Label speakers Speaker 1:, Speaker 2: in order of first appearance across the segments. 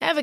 Speaker 1: Ever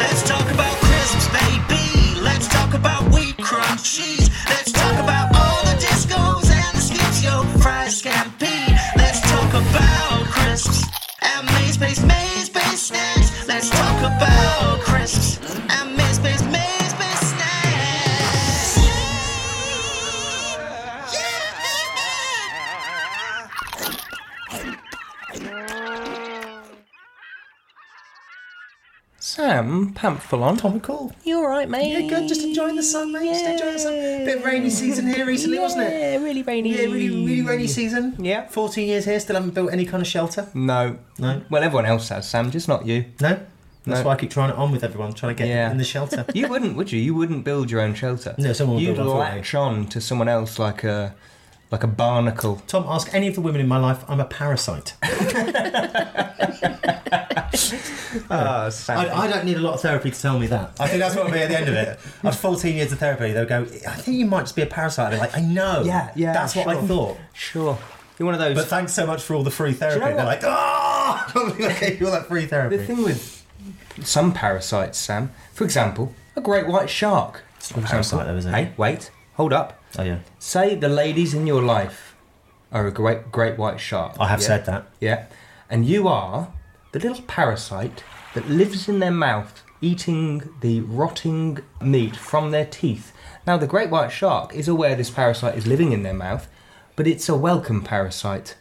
Speaker 2: Let's talk about crisps, baby. Let's talk about wheat crunchies. Let's talk about all the discos and the skips, yo, fried scampi. Let's talk about crisps and maze space, maze space snacks. Let's talk about crisps and maze space, maze space snacks. Yeah.
Speaker 3: Sam Pamphilon.
Speaker 4: Tom McCall.
Speaker 3: You alright, mate?
Speaker 4: Yeah, good. Just enjoying the sun, mate. Just enjoying the sun.
Speaker 3: Yeah.
Speaker 4: Bit rainy season here recently,
Speaker 3: yeah,
Speaker 4: wasn't it?
Speaker 3: really rainy.
Speaker 4: Yeah, really, really rainy season.
Speaker 3: Yeah.
Speaker 4: 14 years here, still haven't built any kind of shelter.
Speaker 3: No.
Speaker 4: No.
Speaker 3: Well, everyone else has, Sam, just not you.
Speaker 4: No? That's
Speaker 3: No.
Speaker 4: why I keep trying it on with everyone, trying to get
Speaker 3: Yeah.
Speaker 4: in the shelter.
Speaker 3: You wouldn't, would you? You wouldn't build your own shelter.
Speaker 4: No, someone would
Speaker 3: You'd
Speaker 4: build one for me.
Speaker 3: latch on to someone else like a like a barnacle.
Speaker 4: Tom, ask any of the women in my life, I'm a parasite.
Speaker 3: Ah, Sam.
Speaker 4: I, I don't need a lot of therapy to tell me that. I think that's what I'll be at the end of it. After 14 years of therapy, they'll go, I think you might just be a parasite. And I'm like, I know.
Speaker 3: Yeah, yeah,
Speaker 4: That's what I
Speaker 3: sure.
Speaker 4: thought.
Speaker 3: Sure. You're one of those.
Speaker 4: But thanks so much for all the free therapy.
Speaker 3: you know
Speaker 4: They're
Speaker 3: what?
Speaker 4: like, oh, you all that free therapy.
Speaker 3: the thing with some parasites, Sam. For example, a great white shark. It's
Speaker 4: not a parasite though, is it?
Speaker 3: Hey, wait. Hold up.
Speaker 4: Oh, yeah.
Speaker 3: Say the ladies in your life are a great great white shark.
Speaker 4: I have
Speaker 3: yeah?
Speaker 4: said that.
Speaker 3: Yeah. And you are the little parasite that lives in their mouth, eating the rotting meat from their teeth. Now, the great white shark is aware this parasite is living in their mouth, but it's a welcome parasite.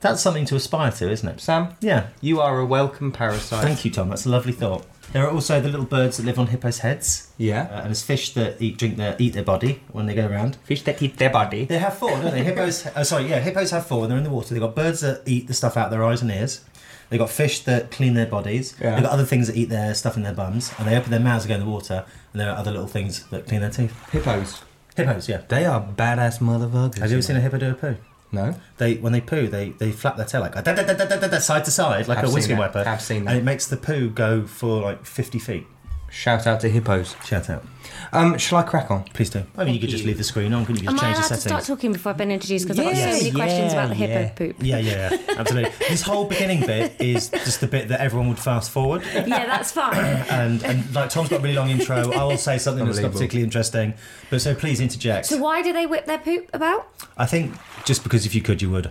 Speaker 4: That's something to aspire to, isn't it?
Speaker 3: Sam?
Speaker 4: Yeah.
Speaker 3: You are a welcome parasite.
Speaker 4: Thank you, Tom. That's a lovely thought. There are also the little birds that live on hippos' heads.
Speaker 3: Yeah.
Speaker 4: Uh, and there's fish that eat, drink their, eat their body when they go around.
Speaker 3: Fish that eat their body.
Speaker 4: They have four, don't they? Hippos. Oh, sorry, yeah, hippos have four. They're in the water. They've got birds that eat the stuff out of their eyes and ears. They've got fish that clean their bodies.
Speaker 3: Yeah.
Speaker 4: They've got other things that eat their stuff in their bums. And they open their mouths and go in the water. And there are other little things that clean their teeth.
Speaker 3: Hippos.
Speaker 4: Hippos, yeah.
Speaker 3: They are badass motherfuckers.
Speaker 4: Have you ever seen a hippo do a poo?
Speaker 3: No.
Speaker 4: They when they poo, they, they flap their tail like da, da, da, da, da, da, da, side to side like
Speaker 3: I've
Speaker 4: a
Speaker 3: seen
Speaker 4: whiskey
Speaker 3: that.
Speaker 4: wiper.
Speaker 3: I've seen that.
Speaker 4: and it makes the poo go for like fifty feet.
Speaker 3: Shout out to hippos.
Speaker 4: Shout out,
Speaker 3: Um, shall I crack on?
Speaker 4: please do. I mean, you could just leave the screen on, couldn't you? Just
Speaker 5: Am I
Speaker 4: change the
Speaker 5: allowed to
Speaker 4: settings.
Speaker 5: start talking before I've been introduced? Because I've got
Speaker 4: Yes.
Speaker 5: so many questions about the hippo
Speaker 3: yeah.
Speaker 5: poop.
Speaker 4: Yeah, yeah, yeah, absolutely. this whole beginning bit is just the bit that everyone would fast forward.
Speaker 5: Yeah, that's fine.
Speaker 4: And, and like Tom's got a really long intro, I will say something that's not
Speaker 3: Unbelievable.
Speaker 4: particularly interesting. But so please interject.
Speaker 5: So why do they whip their poop about?
Speaker 4: I think just because if you could, you would.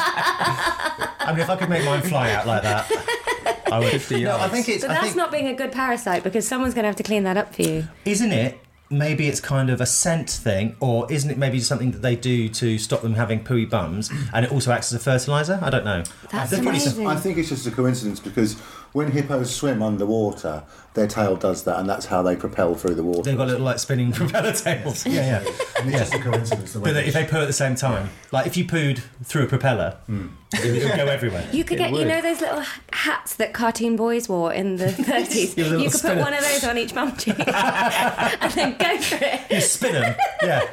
Speaker 4: I mean, if I could make mine fly out like that, I would.
Speaker 3: 50
Speaker 4: no, I
Speaker 3: yards.
Speaker 4: think it's.
Speaker 5: So
Speaker 4: I
Speaker 5: that's
Speaker 4: think-
Speaker 5: not being a good parasite because someone's going to have to clean that up for you.
Speaker 4: isn't it maybe it's kind of a scent thing or isn't it maybe something that they do to stop them having pooey bums and it also acts as a fertilizer i don't know
Speaker 5: That's
Speaker 4: There's probably some-
Speaker 5: amazing.
Speaker 6: I think it's just a coincidence because when hippos swim underwater, their tail does that, and that's how they propel through the water.
Speaker 4: they've got little like spinning propeller tails yeah yeah
Speaker 6: And it's just a coincidence. The way
Speaker 4: but if they poo at the same time like if you pooed through a propeller Hmm. it would go everywhere
Speaker 5: You could get, you know, those little h- hats that cartoon boys wore in the 30s.
Speaker 4: Your little
Speaker 5: you could put
Speaker 4: spinner.
Speaker 5: one of those on each bum cheek and then go for it.
Speaker 4: you spin them yeah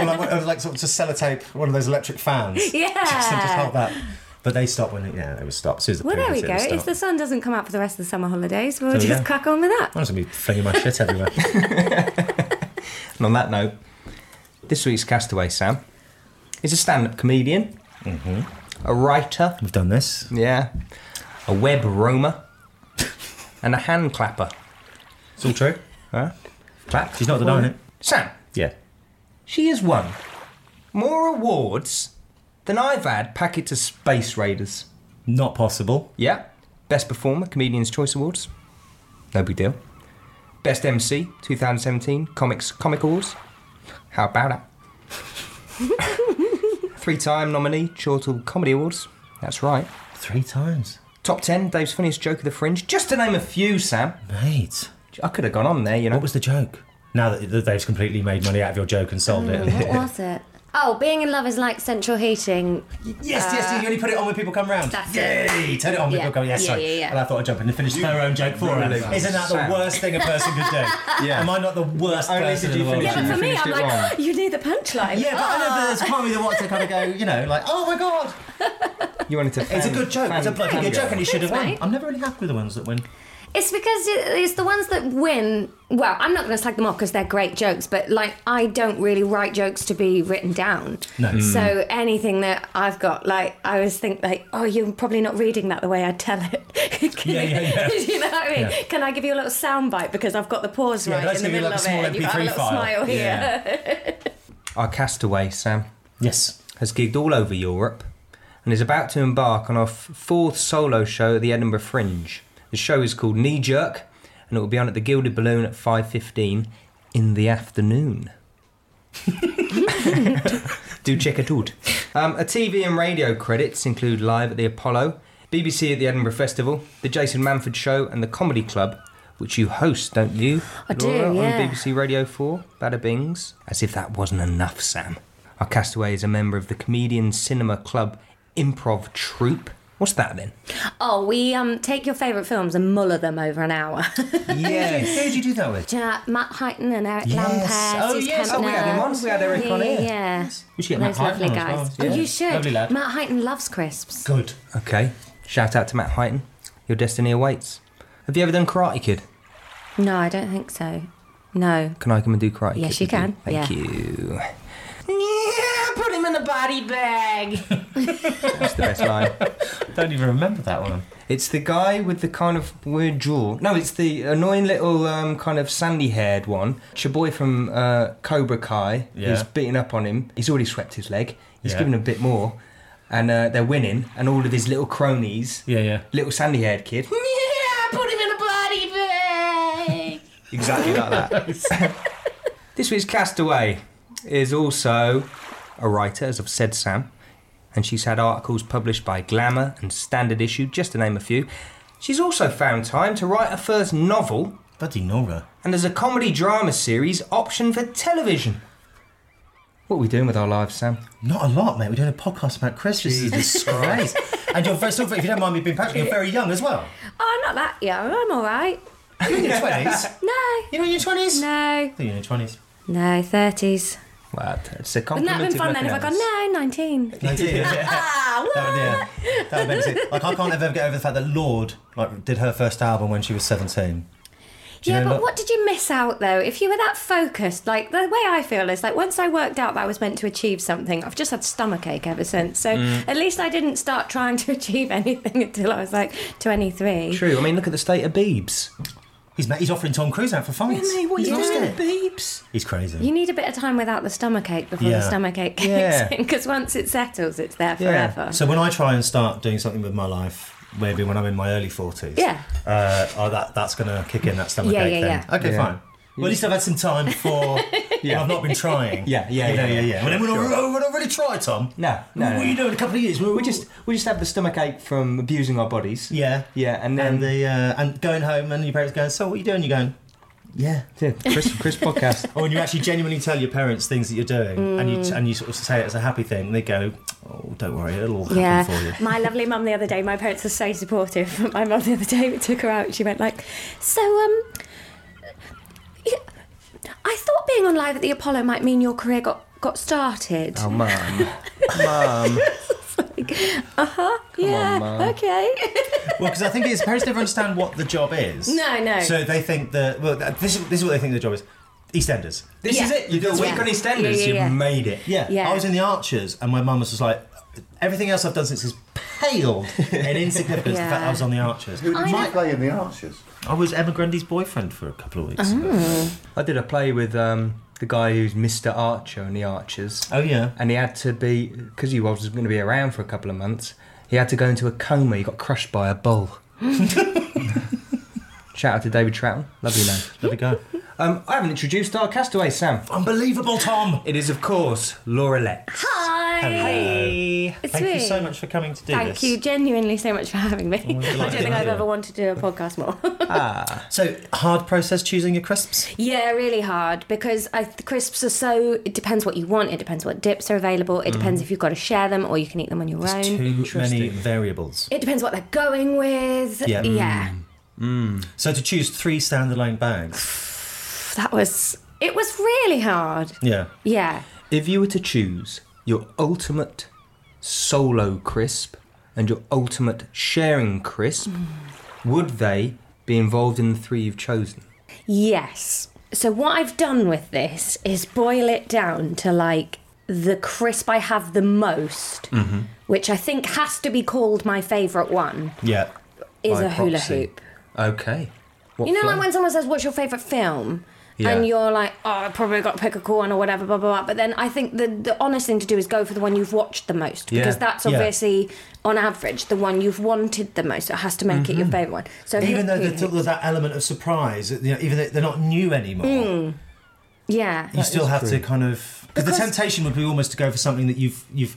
Speaker 4: or like, or like sort of just sellotape one of those electric fans
Speaker 5: Yeah.
Speaker 4: just, and just hold that but they stop when it, yeah they would stop as soon as the
Speaker 5: Well,
Speaker 4: poo
Speaker 5: there we
Speaker 4: hits it,
Speaker 5: go.
Speaker 4: they would
Speaker 5: If
Speaker 4: stop.
Speaker 5: the sun doesn't come out for the rest of the summer holidays, we'll
Speaker 4: There we
Speaker 5: just
Speaker 4: go.
Speaker 5: crack on with that.
Speaker 4: I'm just gonna be flinging my shit everywhere.
Speaker 3: And on that note, this week's castaway, Sam, is a stand up comedian,
Speaker 4: Mm-hmm.
Speaker 3: a writer,
Speaker 4: We've done this.
Speaker 3: yeah, a web roamer, and a hand clapper.
Speaker 4: It's all true.
Speaker 3: Huh? Clap.
Speaker 4: She's not denying it.
Speaker 3: Sam,
Speaker 4: Yeah.
Speaker 3: she has won more awards Then I've had Packet to Space Raiders.
Speaker 4: Not possible.
Speaker 3: Yeah. Best Performer, Comedians Choice Awards. No big deal. Best MC, 2017, Comics Comic Awards. How about that? Three time nominee, Chortle Comedy Awards. That's right.
Speaker 4: Three times.
Speaker 3: Top 10, Dave's Funniest Joke of the Fringe. Just to name a few, Sam.
Speaker 4: Mate.
Speaker 3: I could have gone on there, you know.
Speaker 4: What was the joke? Now that that they've completely made money out of your joke and sold it.
Speaker 5: Mm, What was it? Oh, being in love is like central heating.
Speaker 4: Yes, yes, you only put it on when people come round.
Speaker 5: That's
Speaker 4: Yay!
Speaker 5: it.
Speaker 4: Turn it on when
Speaker 5: Yeah.
Speaker 4: people come. Yes,
Speaker 5: Yeah,
Speaker 4: sorry.
Speaker 5: yeah, yeah.
Speaker 4: And I thought I'd jump in and finish her own joke for her.
Speaker 3: really did.
Speaker 4: Isn't that
Speaker 3: Sam.
Speaker 4: the worst thing a person could do?
Speaker 3: Yeah.
Speaker 4: Am I not the worst
Speaker 3: Only did
Speaker 4: person in
Speaker 3: you
Speaker 4: the world?
Speaker 3: finish
Speaker 5: Yeah,
Speaker 3: You
Speaker 5: but for me,
Speaker 3: finished
Speaker 5: I'm
Speaker 3: it
Speaker 5: like,
Speaker 3: wrong.
Speaker 5: "Oh, you need the punchline.
Speaker 4: Yeah, but I know there's part of me that wants to kind of go, you know, like, oh my god,
Speaker 3: You wanted to.
Speaker 4: it's a
Speaker 3: fan-
Speaker 4: good joke. It's a
Speaker 3: fan-
Speaker 4: bloody
Speaker 3: fan
Speaker 4: good
Speaker 3: girl.
Speaker 4: joke, and you should have
Speaker 5: Thanks,
Speaker 4: won.
Speaker 5: mate.
Speaker 4: I'm never really happy with the ones that win.
Speaker 5: It's because it- it's the ones that win. Well, I'm not going to slag them off because they're great jokes, but like I don't really write jokes to be written down.
Speaker 4: No. Mm.
Speaker 5: So anything that I've got, like I always think, like, oh, you're probably not reading that the way I tell it. Can
Speaker 4: Yeah,
Speaker 5: you-
Speaker 4: yeah, yeah.
Speaker 5: Do you know what I mean?
Speaker 4: Yeah.
Speaker 5: Can I give you a little soundbite because I've got the pause
Speaker 4: Yeah,
Speaker 5: right
Speaker 4: let's
Speaker 5: in the
Speaker 4: give you
Speaker 5: middle
Speaker 4: like
Speaker 5: of
Speaker 4: a small
Speaker 5: it? and You've got a
Speaker 4: MP3
Speaker 5: little
Speaker 4: file.
Speaker 5: smile here.
Speaker 3: Our castaway, Sam.
Speaker 4: Yes.
Speaker 3: has gigged all over Europe and is about to embark on our f- fourth solo show at the Edinburgh Fringe. The show is called Knee Jerk and it will be on at the Gilded Balloon at 5.15 in the afternoon. Do check it out. Um, a TV and radio credits include Live at the Apollo, BBC at the Edinburgh Festival, The Jason Manford Show and The Comedy Club, which you host, don't you?
Speaker 5: I do,
Speaker 3: Laura,
Speaker 5: yeah.
Speaker 3: On BBC Radio 4, Bada Bings. As if that wasn't enough, Sam. Our castaway is a member of the Comedian Cinema Club improv troupe. What's that then?
Speaker 5: Oh, we um take your favourite films and muller them over an hour.
Speaker 3: Yes.
Speaker 4: Who did you do that with?
Speaker 5: Do you know Matt Heighton and Eric
Speaker 4: Yes.
Speaker 5: Lampert?
Speaker 4: Oh,
Speaker 5: Suze
Speaker 4: yes.
Speaker 3: Oh, we had him
Speaker 5: Kempner.
Speaker 3: on. We had Eric
Speaker 5: yeah,
Speaker 3: on
Speaker 5: yeah,
Speaker 3: here.
Speaker 5: Yeah.
Speaker 4: We should get Matt
Speaker 5: Those
Speaker 4: Hyde
Speaker 5: lovely
Speaker 4: on as
Speaker 5: guys.
Speaker 4: well.
Speaker 5: Oh,
Speaker 4: Yeah.
Speaker 5: you should.
Speaker 4: Lovely lad.
Speaker 5: Matt Heighton loves crisps.
Speaker 4: Good.
Speaker 3: Okay. Shout out to Matt Heighton. Your destiny awaits. Have you ever done Karate Kid?
Speaker 5: No, I don't think so. No.
Speaker 3: Can I come and do Karate
Speaker 5: Yes,
Speaker 3: Kid?
Speaker 5: you
Speaker 3: with
Speaker 5: can.
Speaker 3: Thank
Speaker 5: Yeah.
Speaker 3: you. Yeah, put him in a body bag. That's the best line.
Speaker 4: Don't even remember that one.
Speaker 3: It's the guy with the kind of weird jaw. No, it's the annoying little um, kind of sandy-haired one. It's your boy from uh, Cobra Kai.
Speaker 4: Yeah.
Speaker 3: He's beating up on him. He's already swept his leg. He's
Speaker 4: Yeah.
Speaker 3: given a bit more, and uh, they're winning. And all of his little cronies.
Speaker 4: Yeah, yeah.
Speaker 3: Little sandy-haired kid. Yeah, put him in a body bag. exactly like that. this week's castaway is also a writer, as I've said, Sam and she's had articles published by Glamour and Standard Issue, just to name a few. She's also found time to write her first novel,
Speaker 4: Bloody Nora.
Speaker 3: and there's a comedy drama series option for television. What are we doing with our lives, Sam?
Speaker 4: Not a lot, mate. We're doing a podcast about Christmas. This is a disgrace. and you're very, so, if you don't mind me being patchy, you're very young as well.
Speaker 5: Oh, not that young. I'm all right.
Speaker 4: You're in your 20s.
Speaker 5: No.
Speaker 4: You're in your 20s?
Speaker 5: No.
Speaker 4: I think you're in your 20s.
Speaker 5: No, 30s.
Speaker 3: Well, it's a
Speaker 5: Wouldn't that
Speaker 3: compliment.
Speaker 5: have been fun then if I gone, no, 19?
Speaker 4: 19.
Speaker 5: Ah,
Speaker 4: That would, yeah. That would make sense. Like, I can't ever get over the fact that Lord like did her first album when she was 17. Do you
Speaker 5: Yeah,
Speaker 4: know
Speaker 5: but what did you miss out though? If you were that focused, like the way I feel is like once I worked out that I was meant to achieve something, I've just had stomach ache ever since. So at least I didn't start trying to achieve anything until I was like 23.
Speaker 3: True. I mean, look at the state of Beebs.
Speaker 4: He's, ma- he's offering Tom Cruise out for fights.
Speaker 3: What
Speaker 4: he's,
Speaker 3: are you
Speaker 4: lost
Speaker 3: doing,
Speaker 4: it.
Speaker 3: Beebs?
Speaker 4: he's crazy.
Speaker 5: You need a bit of time without the stomach ache before
Speaker 4: Yeah.
Speaker 5: the stomach ache kicks
Speaker 3: Yeah.
Speaker 5: in because once it settles, it's there
Speaker 3: Yeah.
Speaker 5: forever.
Speaker 4: So when I try and start doing something with my life, maybe when I'm in my early forties,
Speaker 5: Yeah.
Speaker 4: uh, oh, that that's gonna kick in that stomach
Speaker 5: Yeah, yeah,
Speaker 4: ache thing.
Speaker 5: yeah.
Speaker 4: Okay,
Speaker 3: Yeah.
Speaker 4: fine. Well, at least I've had some time before. yeah. I've not been trying.
Speaker 3: Yeah, yeah,
Speaker 4: you know,
Speaker 3: yeah,
Speaker 4: yeah,
Speaker 3: yeah.
Speaker 4: yeah. Well, then When, I, when, I, really try, Tom.
Speaker 3: No, no,
Speaker 4: What
Speaker 3: no.
Speaker 4: are you doing in a couple of years?
Speaker 3: We just we just have the stomach ache from abusing our bodies.
Speaker 4: yeah,
Speaker 3: Yeah, and then
Speaker 4: and the uh, and going home and your parents going, so what are you doing? You're going, yeah.
Speaker 3: Yeah, Chris Chris podcast.
Speaker 4: Or when you actually genuinely tell your parents things that you're doing, and you
Speaker 5: Mm.
Speaker 4: and you sort of say it as a happy thing, and they go, "Oh, don't worry, it'll all happen
Speaker 5: Yeah,
Speaker 4: for you."
Speaker 5: my lovely mum the other day. My parents are so supportive. My mum the other day we took her out. She went like, "So um, yeah, I thought being on live at the Apollo might mean your career got got started."
Speaker 3: Oh, mum, mum.
Speaker 5: yeah,
Speaker 3: Mum.
Speaker 5: okay.
Speaker 4: Well, because I think it's parents never understand what the job is.
Speaker 5: No, no.
Speaker 4: So they think that well, that- this is, this is what they think the job is. EastEnders.
Speaker 3: This
Speaker 5: Yeah.
Speaker 3: is it. You do a week
Speaker 5: Yeah.
Speaker 3: on EastEnders.
Speaker 5: Yeah, yeah, yeah.
Speaker 3: You've made it.
Speaker 4: Yeah.
Speaker 5: Yeah.
Speaker 4: I was in the Archers, and my mum was just like, everything else I've done since is paled in insignificance. The fact that I was on the Archers.
Speaker 6: Who did
Speaker 5: I
Speaker 6: you play in the Archers?
Speaker 5: Oh.
Speaker 4: I was Emma Grundy's boyfriend for a couple of weeks.
Speaker 3: I did a play with um, the guy who's Mr. Archer in the Archers.
Speaker 4: Oh, yeah.
Speaker 3: And he had to be because he was going to be around for a couple of months. He had to go into a coma. He got crushed by a bull. Shout out to David Troughton. Lovely name.
Speaker 4: There we go.
Speaker 3: Um, I haven't introduced our castaway, Sam.
Speaker 4: Unbelievable, Tom.
Speaker 3: It is, of course, Laura Lett.
Speaker 5: Hi.
Speaker 4: Hello.
Speaker 5: It's
Speaker 4: Thank you
Speaker 5: me.
Speaker 4: so much for coming to do
Speaker 5: Thank
Speaker 4: this.
Speaker 5: you genuinely so much for having me.
Speaker 4: we're
Speaker 5: I don't
Speaker 4: Oh, delighted to
Speaker 5: think
Speaker 4: have
Speaker 5: I've
Speaker 4: you.
Speaker 5: ever wanted to do a podcast more.
Speaker 4: So, hard process choosing your crisps?
Speaker 5: yeah, really hard because I, the crisps are so. It depends what you want. It depends what dips are available. It depends if you've got to share them or you can eat them on your own.
Speaker 4: Mm-hmm. Too many variables.
Speaker 5: It depends what they're going with.
Speaker 4: Yeah. Mm.
Speaker 5: Yeah.
Speaker 4: So, to choose three standalone bags.
Speaker 5: That was. It was really hard.
Speaker 4: Yeah.
Speaker 5: Yeah.
Speaker 3: If you were to choose your ultimate solo crisp and your ultimate sharing crisp,
Speaker 5: Mm.
Speaker 3: would they be involved in the three you've chosen?
Speaker 5: Yes. So what I've done with this is boil it down to like the crisp I have the most,
Speaker 4: Mm-hmm.
Speaker 5: which I think has to be called my favourite one,
Speaker 4: Yeah.
Speaker 5: is
Speaker 3: By
Speaker 5: a hula
Speaker 3: proxy.
Speaker 5: hoop.
Speaker 3: Okay. What
Speaker 5: You know,
Speaker 3: flavor?
Speaker 5: like when someone says, "What's your favourite film?"
Speaker 3: Yeah.
Speaker 5: And you're like, "Oh, I probably got to pick a cool one or whatever." Blah blah blah. But then I think the the honest thing to do is go for the one you've watched the most because
Speaker 3: Yeah.
Speaker 5: that's
Speaker 4: Yeah.
Speaker 5: obviously, on average, the one you've wanted the most. So it has to make it your favourite one. So
Speaker 4: Even though
Speaker 5: hula
Speaker 4: there's
Speaker 5: hoop.
Speaker 4: sort of that element of surprise, you know, even though they're not new anymore,
Speaker 5: Hmm. yeah,
Speaker 4: you still have to kind of. Because the
Speaker 5: Because-
Speaker 4: temptation would be almost to go for something that you've. you've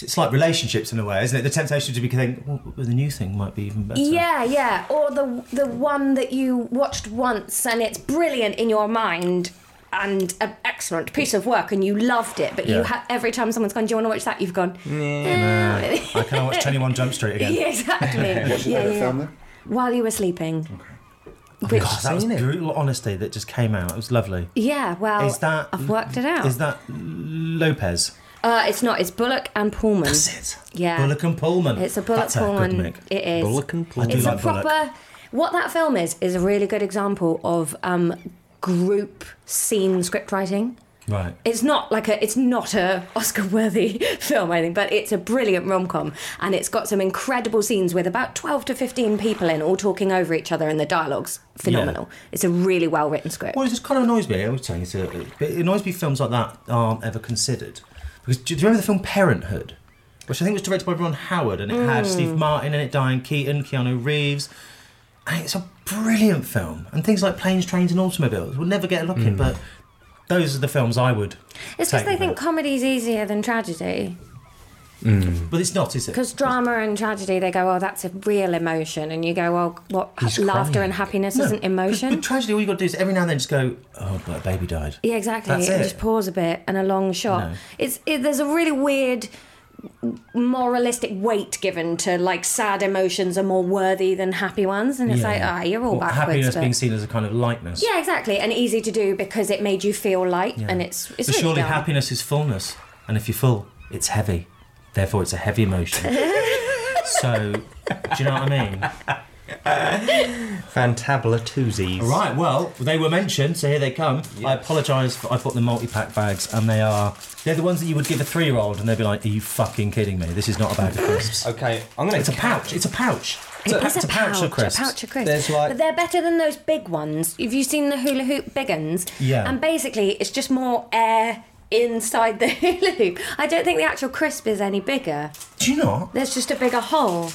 Speaker 4: it's like relationships in a way, isn't it? The temptation to be thinking, well, the new thing might be even better.
Speaker 5: Yeah, yeah. Or the the one that you watched once and it's brilliant in your mind and an excellent piece of work and you loved it, but you
Speaker 4: Yeah.
Speaker 5: ha- every time someone's gone, "Do you want to watch that?" You've gone, "Eh."
Speaker 4: I kind of watch 21 Jump Street again.
Speaker 5: yeah, exactly.
Speaker 6: Should I
Speaker 5: yeah,
Speaker 6: have
Speaker 5: yeah.
Speaker 6: filmed them?
Speaker 5: While you were sleeping. Which,
Speaker 4: Oh God, that was brutal honesty that just came out. It was lovely.
Speaker 5: yeah, well,
Speaker 4: Is that
Speaker 5: I've worked it out.
Speaker 4: Is that Lopez?
Speaker 5: uh, it's not. It's Bullock and Pullman.
Speaker 4: That's it.
Speaker 5: Yeah.
Speaker 4: Bullock and Pullman.
Speaker 5: It's a Bullock
Speaker 4: That's
Speaker 5: Pullman.
Speaker 4: A good
Speaker 5: It is.
Speaker 3: Bullock and Pullman.
Speaker 4: I do
Speaker 5: it's
Speaker 4: like
Speaker 5: a
Speaker 4: Bullock.
Speaker 5: proper. What that film is is a really good example of um, group scene script writing.
Speaker 4: Right.
Speaker 5: it's not like a it's not a Oscar worthy film I think but it's a brilliant rom com and it's got some incredible scenes with about 12 to 15 people in all talking over each other and the dialogue's phenomenal it's a really well written script
Speaker 4: Well, it just kind of annoys me. I was saying it's a, but uh, it annoys me films like that aren't ever considered. Because do you remember the film Parenthood, which I think was directed by Ron Howard, and it had
Speaker 5: Hmm.
Speaker 4: Steve Martin in it, Diane Keaton, Keanu Reeves. And it's a brilliant film, and things like planes, trains, and automobiles will never get a look in. But those are the films I would.
Speaker 5: it's because
Speaker 4: take
Speaker 5: they
Speaker 4: with
Speaker 5: think
Speaker 4: it.
Speaker 5: comedy's easier than tragedy
Speaker 4: but it's not, is it?
Speaker 5: because drama and tragedy they go oh that's a real emotion and you go well what
Speaker 3: He's
Speaker 5: laughter
Speaker 3: crying.
Speaker 5: and happiness
Speaker 4: No,
Speaker 5: isn't
Speaker 4: 'cause
Speaker 5: emotion
Speaker 4: With tragedy, all you got to do is every now and then just go, "Oh, but a baby died."
Speaker 5: Yeah, exactly.
Speaker 4: That's
Speaker 5: and
Speaker 4: it.
Speaker 5: just pause a bit and a long shot.
Speaker 4: No.
Speaker 5: It's it, there's a really weird moralistic weight given to like sad emotions are more worthy than happy ones, and it's
Speaker 4: Yeah.
Speaker 5: like ah, you're all
Speaker 4: Well,
Speaker 5: backwards.
Speaker 4: Happiness
Speaker 5: but-
Speaker 4: being seen as a kind of lightness.
Speaker 5: yeah, exactly, and easy to do because it made you feel light, and it's it's
Speaker 4: but
Speaker 5: really
Speaker 4: surely
Speaker 5: dumb.
Speaker 4: happiness is fullness, and if you're full, it's heavy. Therefore, it's a heavy emotion. so, do you know what I mean?
Speaker 3: Fantabula twosies.
Speaker 4: Right. Well, they were mentioned, so here they come. I apologise. For, I've got the multi-pack bags, and they are they're the ones that you would give a three-year-old, and they'd be like, "Are you fucking kidding me? This is not a bag of crisps."
Speaker 3: Okay, I'm gonna.
Speaker 4: It's a pouch. It's a pouch. It's,
Speaker 5: It
Speaker 4: pa-
Speaker 5: is
Speaker 4: it's
Speaker 5: a pouch,
Speaker 4: of crisps.
Speaker 5: A pouch of crisps.
Speaker 3: There's like-
Speaker 5: But they're better than those big ones. Have you seen the hula hoop big uns?
Speaker 4: Yeah.
Speaker 5: And basically, it's just more air inside the hula hoop. I don't think the actual crisp is any bigger.
Speaker 4: Do you not?
Speaker 5: There's just a bigger hole.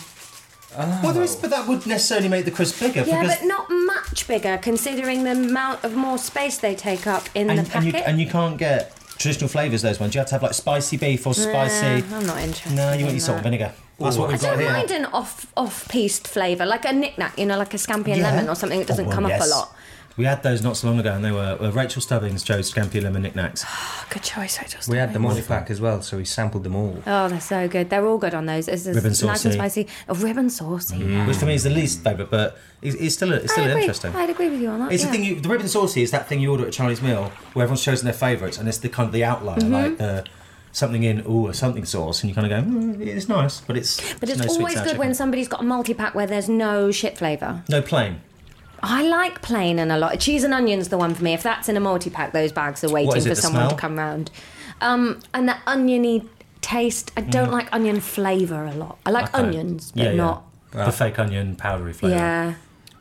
Speaker 4: Well, there is, but that would necessarily make the crisp bigger.
Speaker 5: Yeah,
Speaker 4: because
Speaker 5: but not much bigger considering the amount of more space they take up in the
Speaker 4: and, and
Speaker 5: packet.
Speaker 4: you and you can't get traditional flavours. Those ones you have to have like spicy beef or spicy.
Speaker 5: Nah, I'm not interested.
Speaker 4: No, you
Speaker 5: in
Speaker 4: want your salt and
Speaker 5: that.
Speaker 4: vinegar. That's what
Speaker 5: I
Speaker 4: we've got
Speaker 5: don't
Speaker 4: here.
Speaker 5: mind an off off pieced flavour, like a knickknack, you know, like a scampi and
Speaker 4: Yeah.
Speaker 5: lemon or something that doesn't
Speaker 4: Oh, well,
Speaker 5: come up
Speaker 4: yes.
Speaker 5: a lot.
Speaker 4: We had those not so long ago, and they were, were Rachel Stubbings chose scampi lemon knickknacks.
Speaker 5: Oh, good choice, I just.
Speaker 3: We had them all back as well, so we sampled them all.
Speaker 5: Oh, they're so good. They're all good on those. It's, it's
Speaker 4: Ribbon
Speaker 5: nice and
Speaker 4: saucy. Mm.
Speaker 5: spicy. Oh, ribbon saucy.
Speaker 4: Which for me is the least favourite, but it's, it's still it's
Speaker 5: I
Speaker 4: still
Speaker 5: agree.
Speaker 4: interesting.
Speaker 5: I'd agree with you on that.
Speaker 4: It's
Speaker 5: yeah.
Speaker 4: the thing. You, the ribbon saucy is that thing you order at a Chinese meal where everyone's chosen their favourites, and it's the kind of the outlier,
Speaker 5: Mm-hmm.
Speaker 4: like the something in ooh a something sauce, and you kind of go, mm, it's nice, but it's
Speaker 5: but it's
Speaker 4: no sweet
Speaker 5: always
Speaker 4: sour
Speaker 5: good
Speaker 4: chicken.
Speaker 5: when somebody's got a multi pack where there's no shit flavour.
Speaker 4: no plain.
Speaker 5: I like plain and a lot. Cheese and onion's the one for me. If that's in a multi pack, those bags are waiting
Speaker 4: What is it,
Speaker 5: for
Speaker 4: the
Speaker 5: someone to
Speaker 4: smell?
Speaker 5: come round. Um, and the oniony taste. I don't like onion flavour a lot. I like
Speaker 4: Okay.
Speaker 5: onions, but
Speaker 4: Mm. Yeah, Oh, yeah.
Speaker 5: not.
Speaker 4: the fake onion powdery flavour.
Speaker 5: Yeah.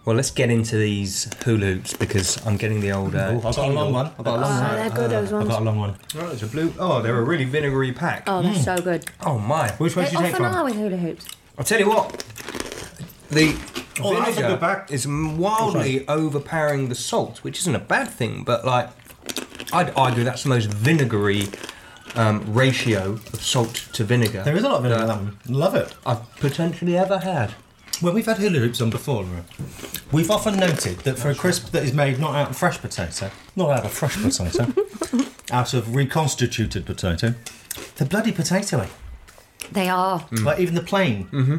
Speaker 3: Well, let's get into these hula hoops because I'm getting the old. Uh,
Speaker 4: I've got a long
Speaker 3: tingle.
Speaker 4: one. I've got a long
Speaker 5: Oh,
Speaker 4: one.
Speaker 5: they're good, those
Speaker 4: Uh, I've
Speaker 5: ones.
Speaker 4: got a long one.
Speaker 3: Oh, it's a blue. Oh, they're a really vinegary pack. Oh,
Speaker 5: Oh, they're so good.
Speaker 3: my!
Speaker 4: Mm. Which one
Speaker 5: They
Speaker 4: did you take
Speaker 5: often
Speaker 4: from?
Speaker 5: are with hula hoops.
Speaker 3: I'll tell you what. The
Speaker 4: Oh, that's a
Speaker 3: vinegar
Speaker 4: good pack.
Speaker 3: is wildly overpowering the salt, which isn't a bad thing, but like I'd argue that's the most vinegary um, ratio of salt to vinegar.
Speaker 4: There is a lot of vinegar in that one. Love it.
Speaker 3: I've potentially ever had.
Speaker 4: When we've had hula hoops on before, Laura, we've often noted that for a crisp that is made not out of fresh potato, not out of fresh potato, out of reconstituted potato, they're bloody potatoey.
Speaker 5: They are.
Speaker 4: Like even the plain,
Speaker 5: Mm-hmm.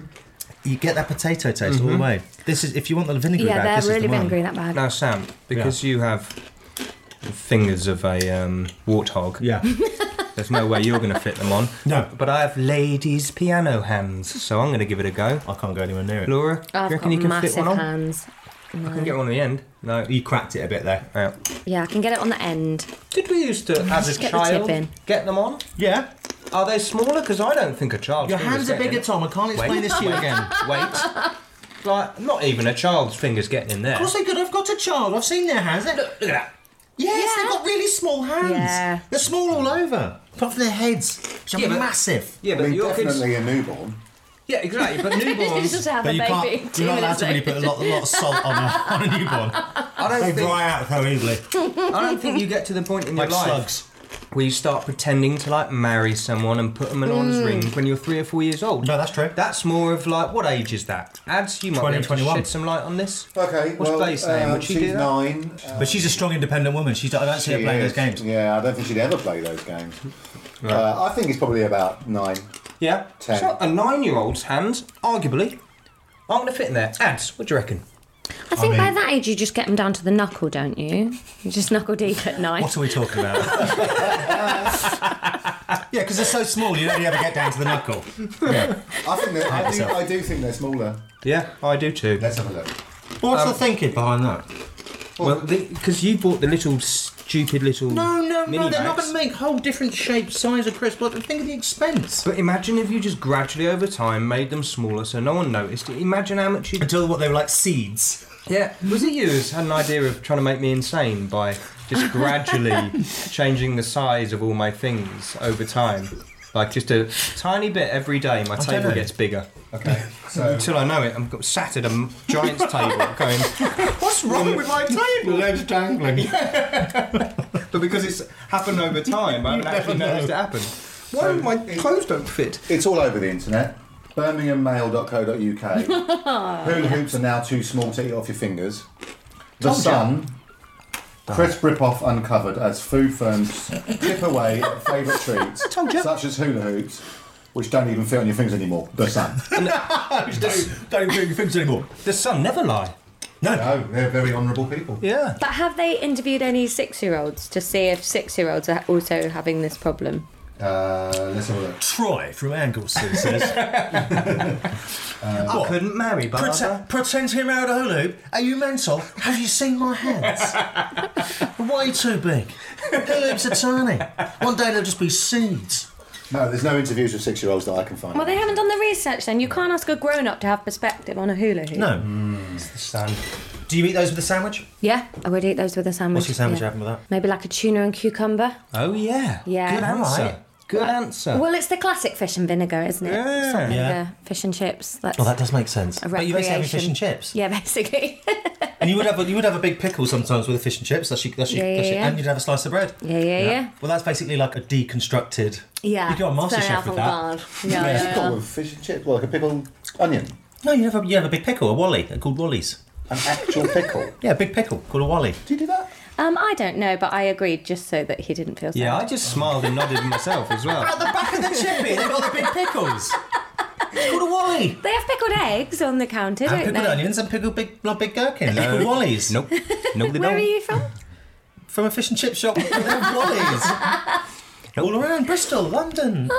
Speaker 4: you get that potato taste all the way. This is if you want the vinegar.
Speaker 5: Yeah,
Speaker 4: bag, this
Speaker 5: they're
Speaker 4: is
Speaker 5: really
Speaker 4: the one.
Speaker 5: vinegary, that bag.
Speaker 3: Now, Sam, because you have the fingers of a um, warthog,
Speaker 4: Yeah.
Speaker 3: there's no way you're going to fit them on.
Speaker 4: No.
Speaker 3: But I have ladies' piano hands, so I'm going to give it a go.
Speaker 4: I can't go anywhere near it.
Speaker 3: Laura, do you
Speaker 5: I've
Speaker 3: reckon
Speaker 5: got
Speaker 3: you can fit
Speaker 5: massive
Speaker 3: one on?
Speaker 5: hands.
Speaker 3: I can get one at the end. No.
Speaker 4: You cracked it a bit there.
Speaker 3: Yeah.
Speaker 5: Yeah, I can get it on the end.
Speaker 3: Did we used to, as a
Speaker 5: Just get the
Speaker 3: child,
Speaker 5: tip in.
Speaker 3: get them on?
Speaker 4: Yeah.
Speaker 3: Are they smaller? Because I don't think a child.
Speaker 4: Your hands are bigger, Tom. I can't explain
Speaker 3: Wait,
Speaker 4: this to you
Speaker 3: wait,
Speaker 4: again.
Speaker 3: Wait. Like, not even a child's fingers getting in there.
Speaker 4: Of course they could. I've got a child. I've seen their hands. They- Look, look at that. Yes,
Speaker 5: Yeah.
Speaker 4: they've got really small hands.
Speaker 5: Yeah.
Speaker 4: They're small all over, apart from their heads, which are
Speaker 3: Yeah, but-
Speaker 4: massive.
Speaker 3: Yeah,
Speaker 6: I
Speaker 3: but
Speaker 6: mean,
Speaker 3: your kids.
Speaker 6: definitely a newborn.
Speaker 3: Yeah, exactly. But newborns,
Speaker 5: have
Speaker 4: You're not allowed to really put a lot, a lot of salt on a, on a newborn.
Speaker 3: I
Speaker 4: They
Speaker 3: don't think.
Speaker 4: dry out so easily,
Speaker 3: I don't think you get to the point in
Speaker 4: like
Speaker 3: your life
Speaker 4: slugs.
Speaker 3: where you start pretending to like marry someone and put them in an honors
Speaker 4: Mm.
Speaker 3: ring when you're three or four years old.
Speaker 4: No, that's true.
Speaker 3: That's more of like what age is that? Ads, you might be able to
Speaker 4: 20, 21.
Speaker 3: shed some light on this.
Speaker 6: Okay,
Speaker 3: What's
Speaker 6: well,
Speaker 3: Blaze saying?
Speaker 6: um,
Speaker 3: Would she
Speaker 6: she's
Speaker 3: do that?
Speaker 6: nine. Uh,
Speaker 4: But she's a strong, independent woman. She's, I don't see her
Speaker 6: she
Speaker 4: playing
Speaker 6: is.
Speaker 4: those games.
Speaker 6: Yeah, I don't think she'd ever play those games. Uh, I think it's probably about nine.
Speaker 3: Yeah.
Speaker 6: Ten.
Speaker 3: So a nine-year-old's hands, arguably, aren't going to fit in there. Ads, what do you reckon?
Speaker 5: I think
Speaker 4: I
Speaker 5: by
Speaker 4: mean-
Speaker 5: that age you just get them down to the knuckle, don't you? You just knuckle deep at night.
Speaker 4: What are we talking about? yeah, because they're so small, you don't ever get down to the knuckle. Yeah.
Speaker 6: I think they're, I, do, I do think they're smaller.
Speaker 3: Yeah, I do too.
Speaker 6: Let's have a look.
Speaker 4: What's
Speaker 6: Um,
Speaker 4: the thinking behind that?
Speaker 3: Well, because you bought the little stupid little.
Speaker 4: No, no, no,
Speaker 3: mini
Speaker 4: they're not
Speaker 3: bags.
Speaker 4: going to make whole different shape, size of crisp. Like, think of the expense.
Speaker 3: But imagine if you just gradually over time made them smaller so no one noticed. Imagine how much you.
Speaker 4: Until what they were like seeds.
Speaker 3: Yeah, was it you who had an idea of trying to make me insane by just gradually changing the size of all my things over time? Like just a tiny bit every day, my table
Speaker 4: know.
Speaker 3: gets bigger.
Speaker 6: Okay, so
Speaker 3: Until I know it, I'm sat at a m- giant's table going, Mm. What's wrong with my table?
Speaker 4: Legs dangling.
Speaker 3: But because it's happened over time, I haven't actually noticed it happen. Why do my clothes don't fit?
Speaker 6: it's all over the internet. BirminghamMail.co.uk. Hula hoops are now too small to eat off your fingers. The
Speaker 4: Told ya.
Speaker 6: Sun. Crisp rip-off uncovered as food firms chip away at favourite treats
Speaker 3: Told ya.
Speaker 6: such as hula hoops, which don't even fit on your fingers anymore. The Sun.
Speaker 4: don't, don't do your fingers anymore.
Speaker 3: The sun never lie.
Speaker 6: no, they're very honourable people.
Speaker 3: Yeah.
Speaker 5: But have they interviewed any six-year-olds to see if six-year-olds are also having this problem?
Speaker 6: Uh, let's have a look.
Speaker 4: Troy from Anglesey says.
Speaker 3: I couldn't marry, but I-
Speaker 4: Prete- pretend to married a hula hoop? Are you mental? Have you seen my hands? Way too big. Hula hoops are tiny. One day they'll just be seeds.
Speaker 6: No, there's no interviews with six-year-olds that I can find.
Speaker 5: Well, they haven't done the research then. You can't ask a grown-up to have perspective on a hula hoop.
Speaker 4: No.
Speaker 3: the sun.
Speaker 4: Do you eat those with a sandwich?
Speaker 5: Yeah, I would eat those with a sandwich.
Speaker 4: What's your sandwich
Speaker 5: yeah.
Speaker 4: having with that?
Speaker 5: Maybe like a tuna and cucumber.
Speaker 3: Oh yeah.
Speaker 5: Yeah.
Speaker 3: Good
Speaker 5: All
Speaker 3: answer.
Speaker 4: right.
Speaker 3: Good answer.
Speaker 5: Well, it's the classic fish and vinegar, isn't it?
Speaker 3: Yeah.
Speaker 5: Salt and
Speaker 4: Yeah.
Speaker 5: vinegar, fish and chips. That's
Speaker 4: Well, that does make sense. But you basically have your fish
Speaker 5: recreation.
Speaker 4: and chips.
Speaker 5: yeah, basically.
Speaker 4: And you would have a, you would have a big pickle sometimes with a fish and chips. That's your, that's your,
Speaker 5: Yeah, yeah,
Speaker 4: that's your-
Speaker 5: yeah.
Speaker 4: and you'd have a slice of bread.
Speaker 5: Yeah, yeah, yeah.
Speaker 4: Well, that's basically like a deconstructed.
Speaker 5: yeah.
Speaker 4: You go on
Speaker 5: It's very
Speaker 4: MasterChef with that.
Speaker 5: avant-garde. Yeah, yeah, yeah.
Speaker 6: Pickle with fish and chips, well, like a pickled onion,
Speaker 4: No, you have a, you have a big pickle, a wally. They're called wallies.
Speaker 6: an actual pickle.
Speaker 4: Yeah, a big pickle called a wally.
Speaker 6: Do you do that?
Speaker 5: Um, I don't know, but I agreed just so that he didn't feel sad.
Speaker 3: yeah, I just smiled and nodded myself as well.
Speaker 4: the back of the chippy, they've got the big pickles. It's called a wally.
Speaker 5: They have pickled eggs on the counter,
Speaker 4: And
Speaker 5: don't
Speaker 4: pickled
Speaker 5: they?
Speaker 4: onions and pickled big, like big gherkins. They're called wallies.
Speaker 3: Nope. Nope. They
Speaker 5: Where
Speaker 3: don't.
Speaker 5: are you from?
Speaker 4: From a fish and chip shop. they have wallies. All around Bristol, London.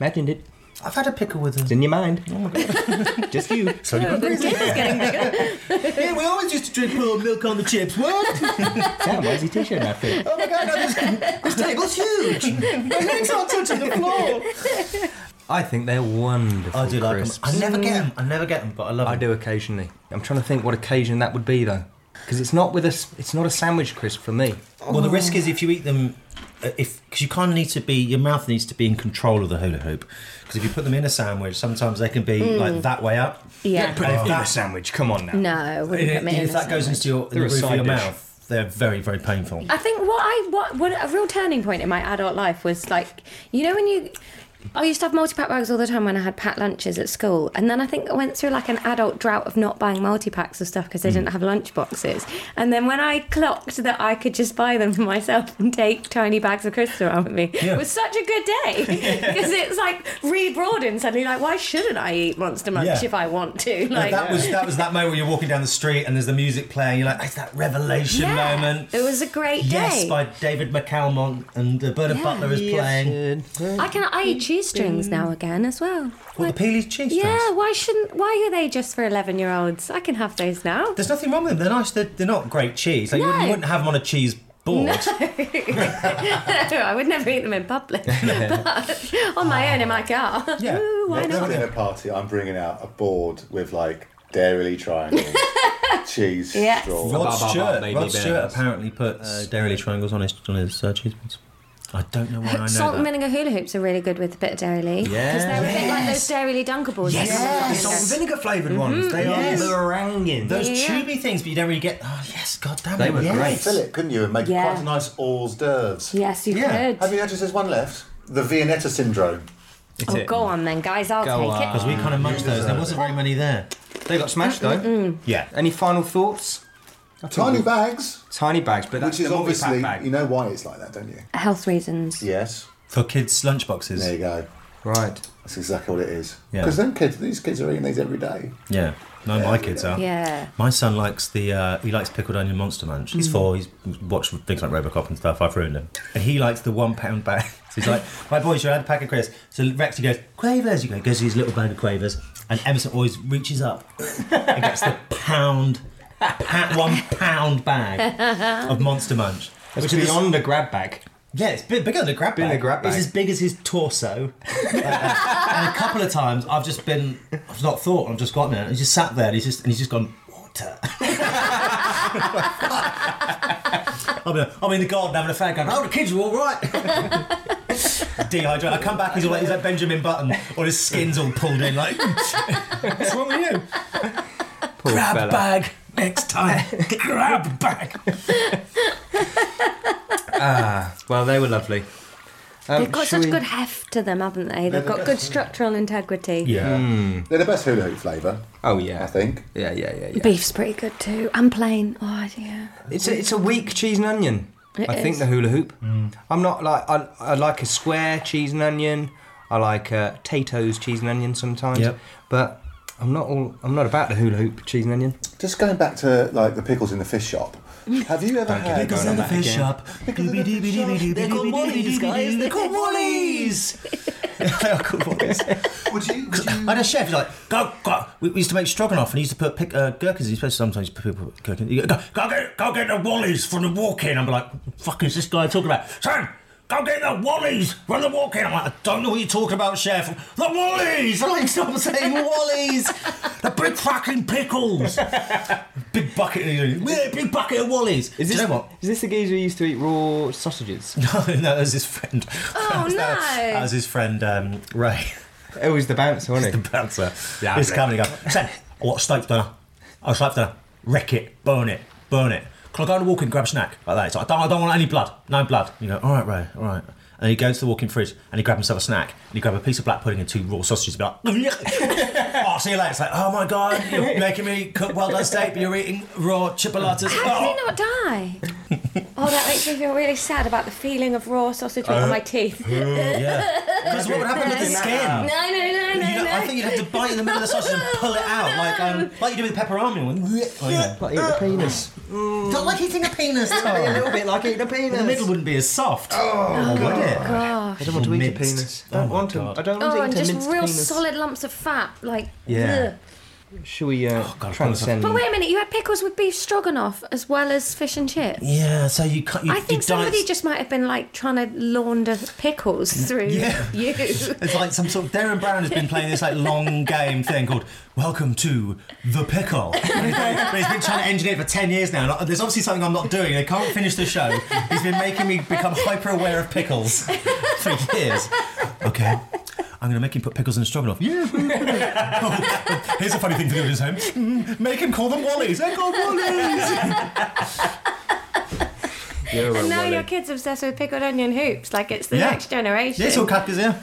Speaker 3: Imagined it.
Speaker 4: I've had a pickle with
Speaker 3: It's
Speaker 4: them.
Speaker 3: in your mind. Oh my god. just you. So
Speaker 4: Yeah, we always used to drink pool milk on the chips. What?
Speaker 3: Sam, why is he t-shirt outfit?
Speaker 4: Oh my god, no, this, this table's huge. My legs aren't touching the floor.
Speaker 3: I think they're wonderful.
Speaker 4: I do like
Speaker 3: crisps.
Speaker 4: them. I never get them. I never get them, but I love
Speaker 3: I
Speaker 4: them.
Speaker 3: do occasionally. I'm trying to think what occasion that would be though, because it's not with a s- it's not a sandwich crisp for me.
Speaker 4: Well, the risk is
Speaker 5: Oh.
Speaker 4: if you eat them, uh, if because you kind of need to be, your mouth needs to be in control of the hula hoop. Because if you put them in a sandwich, sometimes they can be
Speaker 5: Hmm.
Speaker 4: like that way up.
Speaker 5: Yeah.
Speaker 3: Put
Speaker 4: Oh.
Speaker 3: it in a sandwich. Come on now.
Speaker 5: No,
Speaker 4: If,
Speaker 5: wouldn't put me in
Speaker 4: if
Speaker 5: a
Speaker 4: that goes
Speaker 5: sandwich.
Speaker 4: into your in the
Speaker 3: They're a
Speaker 4: roof of
Speaker 3: side
Speaker 4: your
Speaker 3: dish.
Speaker 4: mouth, they're very very painful.
Speaker 5: I think what I what what a real turning point in my adult life was like you know when you I used to have multi pack bags all the time when I had packed lunches at school, and then I think I went through like an adult drought of not buying multi packs of stuff because they
Speaker 4: Mm.
Speaker 5: didn't have lunch boxes. And then when I clocked that I could just buy them for myself and take tiny bags of crisps around with me,
Speaker 4: Yeah.
Speaker 5: it was such a good day because it's like re broadened suddenly. Like, why shouldn't I eat Monster Munch
Speaker 4: Yeah.
Speaker 5: if I want to?
Speaker 4: Like,
Speaker 5: Like,
Speaker 4: that was that was that moment where you're walking down the street and there's the music playing. You're like, it's that revelation
Speaker 5: Yeah,
Speaker 4: moment.
Speaker 5: it was a great
Speaker 4: Yes,
Speaker 5: day.
Speaker 4: by David McCalmont and uh, Bernard
Speaker 5: Yeah.
Speaker 4: Butler is playing.
Speaker 5: I can I eat cheese strings now again as well.
Speaker 4: Well, the Peely's cheese
Speaker 5: Yeah,
Speaker 4: strings.
Speaker 5: why shouldn't? Why are they just for eleven-year-olds? I can have those now.
Speaker 4: There's nothing wrong with them. They're nice. They're, they're not great cheese. Like, you, wouldn't,
Speaker 5: No.
Speaker 4: you wouldn't have them on a cheese board.
Speaker 5: I would never eat them in public, but on my own in my car.
Speaker 4: Yeah.
Speaker 5: Ooh, why
Speaker 6: Next
Speaker 5: not?
Speaker 6: dinner party, I'm bringing out a board with like Dairy triangles, cheese
Speaker 5: Yes.
Speaker 6: straws.
Speaker 4: Rod
Speaker 3: Ba, ba, ba,
Speaker 4: Stewart,
Speaker 3: baby
Speaker 4: Rod Stewart
Speaker 3: bears.
Speaker 4: apparently puts uh, Dairy Triangles on his on his uh, cheese boards. I don't know why I know
Speaker 5: Salt and
Speaker 4: that.
Speaker 5: vinegar hula hoops are really good with a bit of Dairy Lee. Because they're a bit like those Dairy Lee Dunker balls. you can have
Speaker 3: The
Speaker 5: in
Speaker 3: salt and
Speaker 5: there.
Speaker 3: Oh, vinegar flavoured
Speaker 5: Mm-hmm.
Speaker 3: ones. They
Speaker 4: Yes.
Speaker 3: are meringue.
Speaker 4: Those
Speaker 5: Yeah.
Speaker 4: tubey things, but you don't really get. Oh yes, God damn it!
Speaker 3: They were
Speaker 4: yes.
Speaker 3: great.
Speaker 6: Fill it, couldn't you? And make
Speaker 5: Yeah.
Speaker 6: quite a nice hors d'oeuvres.
Speaker 5: Yes, you
Speaker 4: Yeah.
Speaker 5: could.
Speaker 6: Have you noticed there's one left? The Viennetta syndrome.
Speaker 3: It's
Speaker 5: oh,
Speaker 3: it.
Speaker 5: go on then, guys. I'll
Speaker 3: Go
Speaker 5: take
Speaker 3: on.
Speaker 4: Because we kind of munched those. There wasn't very many there.
Speaker 3: They got smashed though.
Speaker 4: Yeah.
Speaker 3: Any final thoughts? I think
Speaker 6: Tiny
Speaker 3: we-
Speaker 6: bags,
Speaker 3: Tiny bags, but that's
Speaker 6: which is
Speaker 3: the
Speaker 6: obviously,
Speaker 3: bag.
Speaker 6: you know why it's like that, don't you?
Speaker 5: it. Health reasons.
Speaker 6: Yes.
Speaker 4: For kids' lunchboxes.
Speaker 6: There you go.
Speaker 3: Right.
Speaker 6: That's exactly what it is.
Speaker 4: Yeah.
Speaker 6: Because them kids, these kids are eating these every day.
Speaker 4: Yeah. No, my kids are.
Speaker 5: Yeah.
Speaker 4: My son likes the uh, he likes pickled onion monster munch. He's four. He's watched things like Robocop and stuff. I've ruined him. And he likes the one pound bag. So he's like, my boy, should I have a pack of crisps? So Rexy goes quavers. You go goes to his little bag of quavers, and Emerson always reaches up and gets the pound, pa- one pound bag of monster munch.
Speaker 3: It's
Speaker 4: are the-
Speaker 3: beyond a grab bag.
Speaker 4: yeah, it's big, bigger than a grab
Speaker 3: Bigger
Speaker 4: bag.
Speaker 3: than a grab
Speaker 4: It's
Speaker 3: bag.
Speaker 4: as big as his torso. Like that. and a couple of times, I've just been, I've not thought. I've just gotten it. And he's just sat there, and he's just, and he's just gone water. I'm, in, I'm in the garden having a fag. Going, oh, the kids are all right. Dehydrated. I come back, he's all like, he's like Benjamin Button, or his skin's all pulled in. Like, what's wrong with you?
Speaker 3: Poor
Speaker 4: Grab
Speaker 3: fella.
Speaker 4: bag next time. Grab bag.
Speaker 3: Well, they were lovely. Um,
Speaker 5: They've got
Speaker 3: shall
Speaker 5: such
Speaker 3: we-
Speaker 5: good heft to them, haven't they? They've
Speaker 6: the
Speaker 5: got
Speaker 6: best,
Speaker 5: good structural integrity.
Speaker 4: Yeah.
Speaker 6: They're the best hula hoop flavour,
Speaker 3: Oh yeah.
Speaker 6: I think.
Speaker 3: Yeah, yeah, yeah, yeah.
Speaker 5: Beef's pretty good too. And plain. Oh, yeah.
Speaker 3: It's a, it's a weak cheese and onion.
Speaker 5: It
Speaker 3: I think
Speaker 5: is.
Speaker 3: the hula hoop.
Speaker 4: Mm.
Speaker 3: I'm not like I, I like a square cheese and onion. I like uh, Tato's cheese and onion sometimes.
Speaker 4: Yep.
Speaker 3: But I'm not all. I'm not about the hula hoop cheese and onion.
Speaker 6: Just going back to like the pickles in the fish shop. Have you ever had?
Speaker 4: Pickles in the fish shop. They're called Wallies, guys. They're called Wallies. they are called Wallies.
Speaker 6: Would you? Would you
Speaker 4: I had a chef. He's like, go, go. We, we used to make stroganoff, and he used to put pick, uh, gherkins. He supposed to sometimes put people put gherkins. He'd Go, go get, go get the Wallies from the walk-in. I'm like, what the fuck is this guy talking about? Son, go get the Wallies from the walk-in. I'm like, I don't know what you're talking about, chef. The Wallies. I'm like, stop saying Wallies. the big fucking pickles. big bucket. of- Yeah, big bucket of
Speaker 3: Is
Speaker 4: Wallies.
Speaker 3: this
Speaker 4: Do you know what?
Speaker 3: Is this the geezer who used to eat raw sausages?
Speaker 4: No, no, that was his friend.
Speaker 5: Oh,
Speaker 4: that was, that-
Speaker 5: no.
Speaker 4: that was his friend um, Ray,
Speaker 3: it was the bouncer, wasn't
Speaker 4: the
Speaker 3: it?
Speaker 4: bouncer.
Speaker 3: Yeah,
Speaker 4: He's
Speaker 3: Ray.
Speaker 4: coming and going, Sam, I want a steak dinner. I want a steak dinner. Wreck it, burn it, burn it. Can I go in the walk-in and grab a snack? Like that. He's like, I don't, I don't want any blood, no blood. You go, all right, Ray, all right. And he goes to the walk-in fridge and he grabs himself a snack and he grabs a piece of black pudding and two raw sausages. Be like, oh, see you later. It's like, oh my god, you're making me cook well done steak, but you're eating raw chipolatas. Oh,
Speaker 5: How did he not die? oh, that makes me feel really sad about the feeling of raw sausage meat on my teeth. No,
Speaker 4: Uh, Yeah. Because what would happen with the skin?
Speaker 5: no, no,
Speaker 4: You
Speaker 5: no,
Speaker 4: know,
Speaker 5: no.
Speaker 4: I think you'd have to bite in the middle of the sausage and pull it out, like um, like you do with pepperoni. oh, One.
Speaker 3: Like eating a penis.
Speaker 4: Not like eating a penis.
Speaker 3: a little bit like eating a penis.
Speaker 4: The Mm. Oh, middle wouldn't be as soft, oh, would it?
Speaker 3: I don't want to eat a
Speaker 4: Minced.
Speaker 3: penis. I don't
Speaker 4: Oh my
Speaker 3: want to.
Speaker 4: God.
Speaker 3: I don't want
Speaker 5: Oh,
Speaker 3: to
Speaker 5: and
Speaker 3: eat a
Speaker 5: just
Speaker 3: minced
Speaker 5: real
Speaker 3: penis.
Speaker 5: solid lumps of fat, like
Speaker 3: Yeah.
Speaker 5: ugh.
Speaker 3: Should we uh,
Speaker 4: Oh, God,
Speaker 3: transcend?
Speaker 5: But wait a minute, you had pickles with beef stroganoff as well as fish and chips.
Speaker 4: Yeah, so you cut. You,
Speaker 5: I think
Speaker 4: you
Speaker 5: somebody
Speaker 4: dice-
Speaker 5: just might have been like trying to launder pickles through
Speaker 4: Yeah.
Speaker 5: you.
Speaker 4: It's like some sort of Darren Brown has been playing this like long game thing called "Welcome to the Pickle." but he's been trying to engineer it for ten years now. and There's obviously something I'm not doing. They can't finish the show. He's been making me become hyper aware of pickles for years. Okay, I'm going to make him put pickles in stroganoff. Yeah. Oh, here's a funny thing to do at his home. Mm, Make him call them Wallies. They're called Wallies.
Speaker 3: You're a
Speaker 5: And now
Speaker 3: Wally.
Speaker 5: your kid's obsessed with pickled onion hoops, like it's the
Speaker 4: Yeah.
Speaker 5: next generation.
Speaker 4: Yeah, it's all crackers, yeah.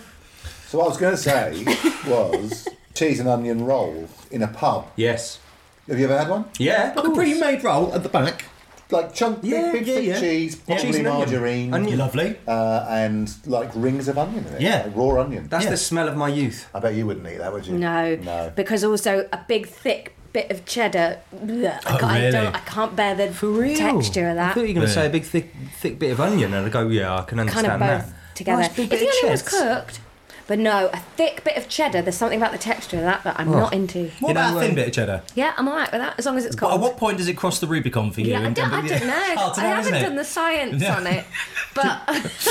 Speaker 6: So what I was going to say was cheese and onion roll in a pub.
Speaker 3: Yes.
Speaker 6: Have you ever had one?
Speaker 3: Yeah.
Speaker 4: Like a pre-made roll at the back.
Speaker 6: Like chunk, big,
Speaker 3: Yeah,
Speaker 6: big,
Speaker 3: yeah,
Speaker 6: thick
Speaker 3: yeah.
Speaker 6: cheese,
Speaker 3: Yeah.
Speaker 6: probably
Speaker 3: Cheese and onion.
Speaker 6: margarine,
Speaker 3: Onion.
Speaker 4: Lovely.
Speaker 6: Uh, and like rings of onion in it.
Speaker 4: Yeah.
Speaker 6: like raw onion.
Speaker 3: That's
Speaker 4: Yeah.
Speaker 3: the smell of my youth.
Speaker 6: I bet you wouldn't eat that, would you?
Speaker 5: No,
Speaker 6: No.
Speaker 5: because also a big thick bit of cheddar. bleh, I,
Speaker 4: Oh,
Speaker 5: can't, I,
Speaker 4: really?
Speaker 5: don't, I can't bear the
Speaker 3: For real.
Speaker 5: texture of
Speaker 3: I
Speaker 5: that.
Speaker 3: thought you were going to
Speaker 4: Yeah.
Speaker 3: say a big thick thick bit of onion, and I go, yeah, I can
Speaker 5: Kind of
Speaker 3: understand
Speaker 5: both
Speaker 3: that.
Speaker 5: together.
Speaker 3: Nice big
Speaker 5: if
Speaker 3: bit
Speaker 5: the
Speaker 3: of
Speaker 5: onion was
Speaker 3: chest.
Speaker 5: cooked, but no, a thick bit of cheddar. There's something about the texture of that that I'm
Speaker 3: Oh.
Speaker 5: not into.
Speaker 4: What
Speaker 3: You know,
Speaker 4: about a
Speaker 3: um,
Speaker 4: thin bit of cheddar?
Speaker 5: Yeah, I'm alright with that as long as it's
Speaker 4: But at
Speaker 5: cold.
Speaker 4: what point does it cross the Rubicon for you?
Speaker 5: Yeah, I
Speaker 4: And-
Speaker 5: don't, I
Speaker 4: and-
Speaker 5: don't know.
Speaker 4: Hard to
Speaker 5: I
Speaker 4: know,
Speaker 5: haven't
Speaker 4: isn't it?
Speaker 5: done the science
Speaker 4: No.
Speaker 5: on it, but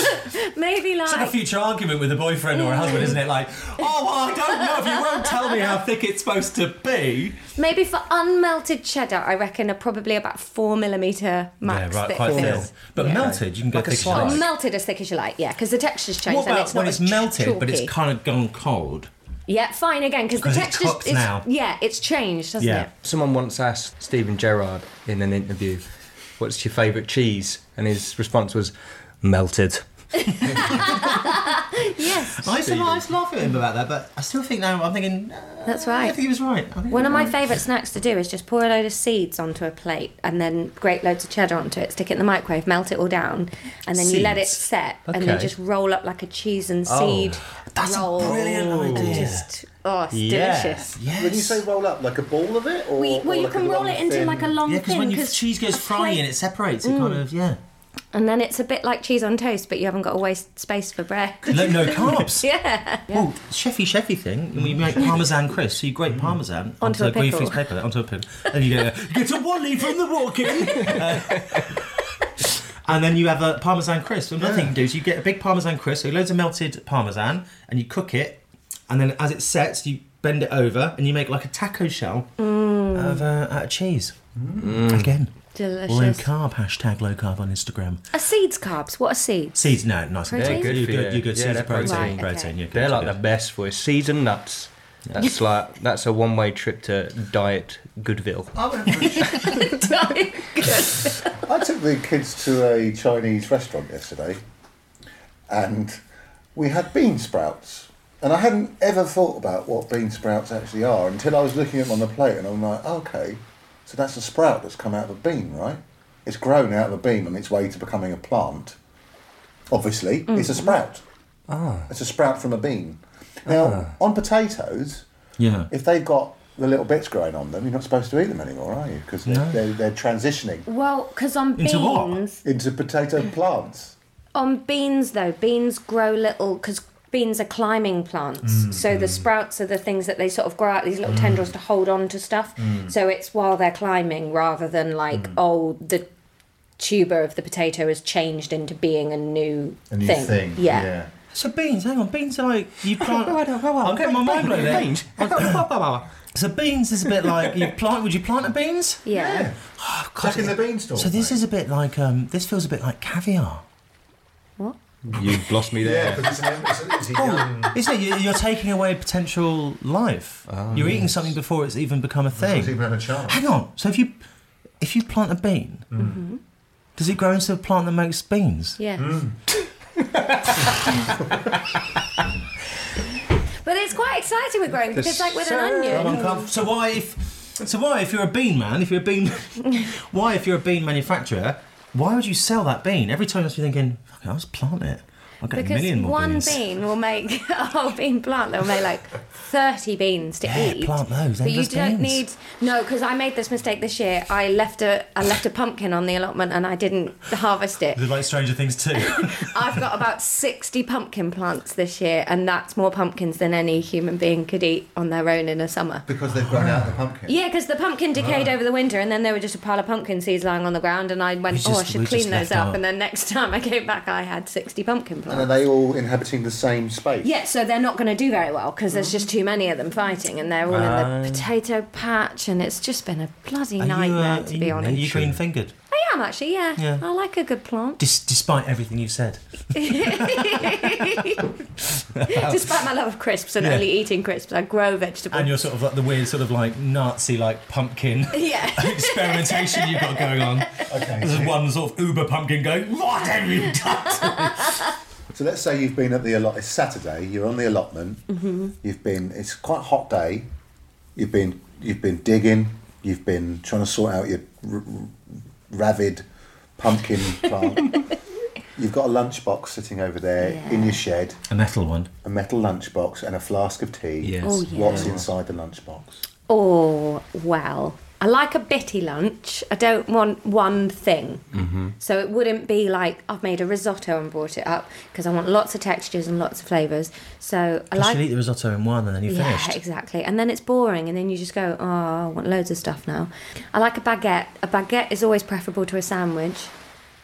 Speaker 5: maybe like
Speaker 4: It's like a future argument with a boyfriend or a husband, isn't it? Like, oh, well, I don't know if you won't tell me how thick it's supposed to be.
Speaker 5: maybe for unmelted cheddar, I reckon are probably about four millimeter max
Speaker 4: yeah, right,
Speaker 5: thick.
Speaker 4: quite thin.
Speaker 5: thickness.
Speaker 4: But melted, you can go
Speaker 3: Like a
Speaker 4: thick as you
Speaker 3: slice.
Speaker 4: like.
Speaker 5: Or melted as thick as you like, yeah, because the texture's changed.
Speaker 4: What
Speaker 5: and
Speaker 4: about
Speaker 5: it's not
Speaker 4: when
Speaker 5: as
Speaker 4: it's melted, but
Speaker 5: chalky.
Speaker 4: it's kind of gone cold?
Speaker 5: Yeah, fine again because the
Speaker 4: 'Cause it's
Speaker 5: texture's
Speaker 4: cooked now.
Speaker 5: Yeah, it's changed, hasn't
Speaker 4: Yeah.
Speaker 5: it?
Speaker 3: Someone once asked Stephen Gerrard in an interview, "What's your favourite cheese?" and his response was, "Melted."
Speaker 5: Yes,
Speaker 4: I used, to, I used to laugh at him about that, but I still think now, I'm thinking, uh,
Speaker 5: that's
Speaker 4: I
Speaker 5: right.
Speaker 4: think he was right. I think he
Speaker 5: One of
Speaker 4: was
Speaker 5: my
Speaker 4: right.
Speaker 5: favourite snacks to do is just pour a load of seeds onto a plate and then grate loads of cheddar onto it, stick it in the microwave, melt it all down, and then you let it
Speaker 4: Seeds. Oh,
Speaker 5: set and then
Speaker 3: Okay.
Speaker 5: just roll up like a cheese and seed
Speaker 4: That's
Speaker 5: roll.
Speaker 4: a brilliant
Speaker 5: and
Speaker 4: idea.
Speaker 5: just, oh, it's
Speaker 3: Yeah.
Speaker 5: delicious.
Speaker 4: yes.
Speaker 6: When you say roll up, like a ball of it, or
Speaker 5: We,
Speaker 6: or
Speaker 5: well, you
Speaker 6: like a
Speaker 5: can roll
Speaker 6: long
Speaker 5: it into
Speaker 6: thin-
Speaker 5: like a long
Speaker 4: yeah, because mm.
Speaker 5: thing.
Speaker 4: when your cheese goes
Speaker 5: a
Speaker 4: frying,
Speaker 5: plate-
Speaker 4: it separates. It kind of yeah.
Speaker 5: and then it's a bit like cheese on toast, but you haven't got to waste space for bread.
Speaker 4: No, no carbs.
Speaker 5: yeah. Mm.
Speaker 4: Well, chefy chefy thing. We make parmesan crisp. So you grate parmesan
Speaker 5: Onto a
Speaker 4: well, you
Speaker 5: pickle.
Speaker 4: freeze paper onto a pickle, and you get a, get a wally from the walking. Uh, And then you have a parmesan crisp. Another thing you do is you get a big parmesan crisp, so loads of melted parmesan, and you cook it. And then as it sets, you bend it over and you make like a taco shell out of, uh, out of cheese. Again, low
Speaker 5: Mm. Delicious.
Speaker 4: carb, hashtag low carb on Instagram.
Speaker 5: Are seeds carbs? What are seeds?
Speaker 4: Seeds, no, nice and
Speaker 5: Protein?
Speaker 4: good.
Speaker 3: Good
Speaker 4: You're
Speaker 3: for
Speaker 4: good,
Speaker 3: you.
Speaker 4: you're good.
Speaker 3: Yeah,
Speaker 4: Seeds
Speaker 3: they're
Speaker 4: are protein,
Speaker 5: protein.
Speaker 4: protein.
Speaker 5: Right, okay.
Speaker 4: You're good,
Speaker 3: They're
Speaker 4: you're
Speaker 3: like
Speaker 4: good.
Speaker 3: the best for you. Seeds and nuts. That's like that's a one-way trip to diet Goodville.
Speaker 6: I took the kids to a Chinese restaurant yesterday, and we had bean sprouts. And I hadn't ever thought about what bean sprouts actually are until I was looking at them on the plate, and I'm like, okay, so that's a sprout that's come out of a bean, right? It's grown out of a bean on its way to becoming a plant. Obviously, it's a sprout. Ah. It's a sprout from a bean. Now, on potatoes,
Speaker 4: Yeah.
Speaker 6: if they've got the little bits growing on them, you're not supposed to eat them anymore, are you? Because they're, they're, they're transitioning
Speaker 5: Well, because on
Speaker 4: Into what?
Speaker 5: beans,
Speaker 6: into potato plants.
Speaker 5: on beans though, beans grow little because beans are climbing plants. So the sprouts are the things that they sort of grow out these little tendrils to hold on to stuff. So it's while they're climbing rather than like oh the tuber of the potato has changed into being a new, thing. Yeah.
Speaker 4: So beans, hang on, beans are like you plant. I'm
Speaker 3: I'm
Speaker 4: getting my mind blown there.
Speaker 3: blown.
Speaker 4: So beans is a bit like you plant. Would you plant a beans?
Speaker 5: Yeah.
Speaker 4: Oh, God.
Speaker 6: Back in the beanstalk.
Speaker 4: So this
Speaker 6: mate.
Speaker 4: is a bit like um, this feels a bit like caviar,
Speaker 3: You've lost me there.
Speaker 6: Yeah, because it's, a- it's, a- it's a young-
Speaker 4: isn't it? You- You're taking away potential life. You're eating something before it's even become a
Speaker 6: it's even
Speaker 4: thing.
Speaker 6: had a chance.
Speaker 4: Hang on. So if you if you plant a bean, does it grow into a plant that makes beans?
Speaker 5: Yeah. but it's quite exciting with growing because, like, with an onion,
Speaker 4: So why if so why if you're a bean man, if you're a bean, why if you're a bean manufacturer, why would you sell that bean? Every time you must be thinking, Fuck it, I'll just plant it. I'll get a
Speaker 5: because
Speaker 4: million more
Speaker 5: one
Speaker 4: beans.
Speaker 5: bean will make a whole bean plant. They'll make like 30 beans to
Speaker 4: Yeah,
Speaker 5: eat.
Speaker 4: plant those,
Speaker 5: But you
Speaker 4: endless
Speaker 5: don't
Speaker 4: beans.
Speaker 5: need no, because I made this mistake this year. I left a I left a pumpkin on the allotment and I didn't harvest it.
Speaker 4: They're like Stranger Things too.
Speaker 5: I've got about 60 pumpkin plants this year, and that's more pumpkins than any human being could eat on their own in a summer.
Speaker 6: because they've grown out of the pumpkin.
Speaker 5: Yeah, because the pumpkin decayed over the winter, and then there were just a pile of pumpkin seeds lying on the ground, and I went,
Speaker 4: We
Speaker 5: "Oh, I
Speaker 4: just-
Speaker 5: should
Speaker 4: we
Speaker 5: clean
Speaker 4: just
Speaker 5: those
Speaker 4: left
Speaker 5: up."
Speaker 4: out.
Speaker 5: And then next time I came back, I had sixty pumpkin
Speaker 6: And are
Speaker 5: plants.
Speaker 6: they all inhabiting the same space?
Speaker 5: Yeah, so they're not going to do very well because there's just too many of them fighting, and they're all in the potato patch, and it's just been a bloody
Speaker 6: uh,
Speaker 5: nightmare to be honest.
Speaker 4: uh, Are you green fingered?
Speaker 5: I am actually, yeah.
Speaker 4: Yeah.
Speaker 5: I like a good plant,
Speaker 4: Dis- despite everything you said.
Speaker 5: despite my love of crisps and
Speaker 4: Yeah.
Speaker 5: only eating crisps. I grow vegetables.
Speaker 4: And you're sort of like the weird, sort of like Nazi, like pumpkin
Speaker 5: yeah.
Speaker 4: experimentation you've got going on.
Speaker 6: Okay.
Speaker 4: There's one sort of uber pumpkin going, What have you done?
Speaker 6: So let's say you've been at the allot. It's Saturday. You're on the allotment. You've been. It's quite a hot day. You've been. You've been digging. You've been trying to sort out your r- r- ravid pumpkin plant. you've got a lunchbox sitting over there in your shed.
Speaker 4: A metal one.
Speaker 6: A metal lunchbox and a flask of tea.
Speaker 4: Yes. Oh, yeah.
Speaker 6: What's inside the lunchbox?
Speaker 5: Oh, well, I like a bitty lunch. I don't want one thing.
Speaker 4: Mm-hmm.
Speaker 5: So it wouldn't be like I've made a risotto and brought it up because I want lots of textures and lots of flavours. So I
Speaker 4: Plus
Speaker 5: like.
Speaker 4: you eat the risotto in one and then you're
Speaker 5: yeah,
Speaker 4: finished.
Speaker 5: exactly. And then it's boring, and then you just go, oh, I want loads of stuff now. I like a baguette. A baguette is always preferable to a sandwich.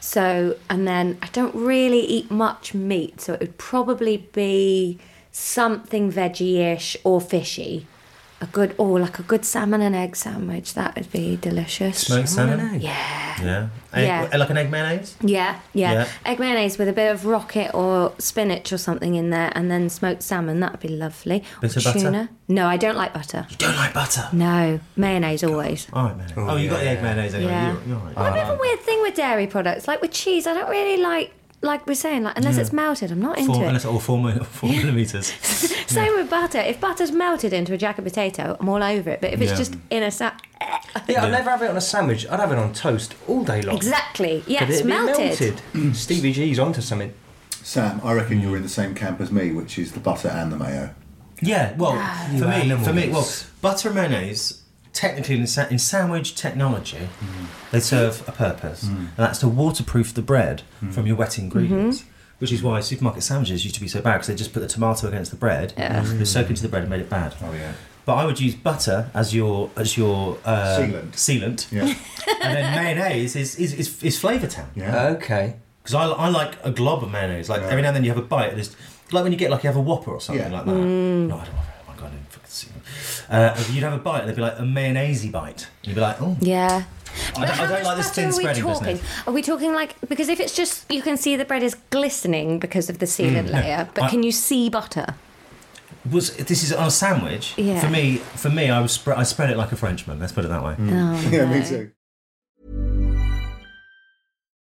Speaker 5: So, and then I don't really eat much meat, so it would probably be something veggie ish or fishy. A good, or like a good salmon and egg sandwich, that would be delicious.
Speaker 4: Smoked salmon?
Speaker 5: Yeah.
Speaker 4: Yeah. Egg-
Speaker 5: Yeah.
Speaker 4: Like an egg mayonnaise?
Speaker 5: Yeah, yeah,
Speaker 4: Yeah.
Speaker 5: Egg mayonnaise with a bit of rocket or spinach or something in there, and then smoked salmon. That'd be lovely.
Speaker 4: Bit
Speaker 5: or
Speaker 4: of butter?
Speaker 5: tuna. No, I don't like butter.
Speaker 4: You don't like butter.
Speaker 5: No, mayonnaise always.
Speaker 4: All right, mayonnaise. Oh, you got the egg mayonnaise anyway.
Speaker 5: Yeah.
Speaker 4: You're, you're all right. Ah.
Speaker 5: I have a weird thing with dairy products, like with cheese. I don't really like, like we're saying, like unless it's melted, I'm not into
Speaker 4: Four,
Speaker 5: it.
Speaker 4: unless, or four, mi- four millimeters.
Speaker 5: Same with butter. If butter's melted into a jacket potato, I'm all over it. But if it's
Speaker 4: Yeah.
Speaker 5: just in a sa-
Speaker 3: Yeah, I'd never have it on a sandwich. I'd have it on toast all day long.
Speaker 5: exactly,
Speaker 3: But
Speaker 5: yes,
Speaker 3: it'd be
Speaker 5: melted.
Speaker 4: Mm.
Speaker 3: melted. Stevie G's onto something.
Speaker 6: Sam, I reckon you're in the same camp as me, which is the butter and the mayo.
Speaker 4: Yeah, well, for me, for me, well,
Speaker 3: animals.
Speaker 4: butter and mayonnaise, technically in, sa- in sandwich technology,
Speaker 6: Mm.
Speaker 4: they serve a purpose, and that's to waterproof the bread
Speaker 6: Mm.
Speaker 4: from your wet ingredients. Which is why supermarket sandwiches used to be so bad because they just put the tomato against the bread, yeah. it soaked into the bread and made it bad.
Speaker 6: Oh, yeah.
Speaker 4: But I would use butter as your as your uh,
Speaker 6: Sealant.
Speaker 4: sealant,
Speaker 6: Yeah.
Speaker 4: and then mayonnaise is is, is, is flavour town.
Speaker 6: Yeah.
Speaker 3: Okay.
Speaker 4: Because I, I like a glob of mayonnaise. Like every now and then you have a bite. And it's like when you get like you have a Whopper or something
Speaker 6: Yeah.
Speaker 4: like that.
Speaker 5: Mm.
Speaker 4: No, I don't want Oh my god, I didn't fucking see it. Uh, you'd have a bite and it'd be like a mayonnaisey bite. And you'd be like, oh,
Speaker 5: Yeah.
Speaker 4: I, don't, I don't like this thin spreading
Speaker 5: talking?
Speaker 4: business.
Speaker 5: Are we talking like because if it's just you can see the bread is glistening because of the sealant layer, but
Speaker 4: Mm, I-
Speaker 5: can you see butter?
Speaker 4: Was this is on a sandwich?
Speaker 5: Yeah.
Speaker 4: For me, for me, I was spread. I spread it like a Frenchman. Let's put it that way.
Speaker 3: Mm.
Speaker 5: Oh,
Speaker 6: yeah, me
Speaker 5: no.
Speaker 6: too.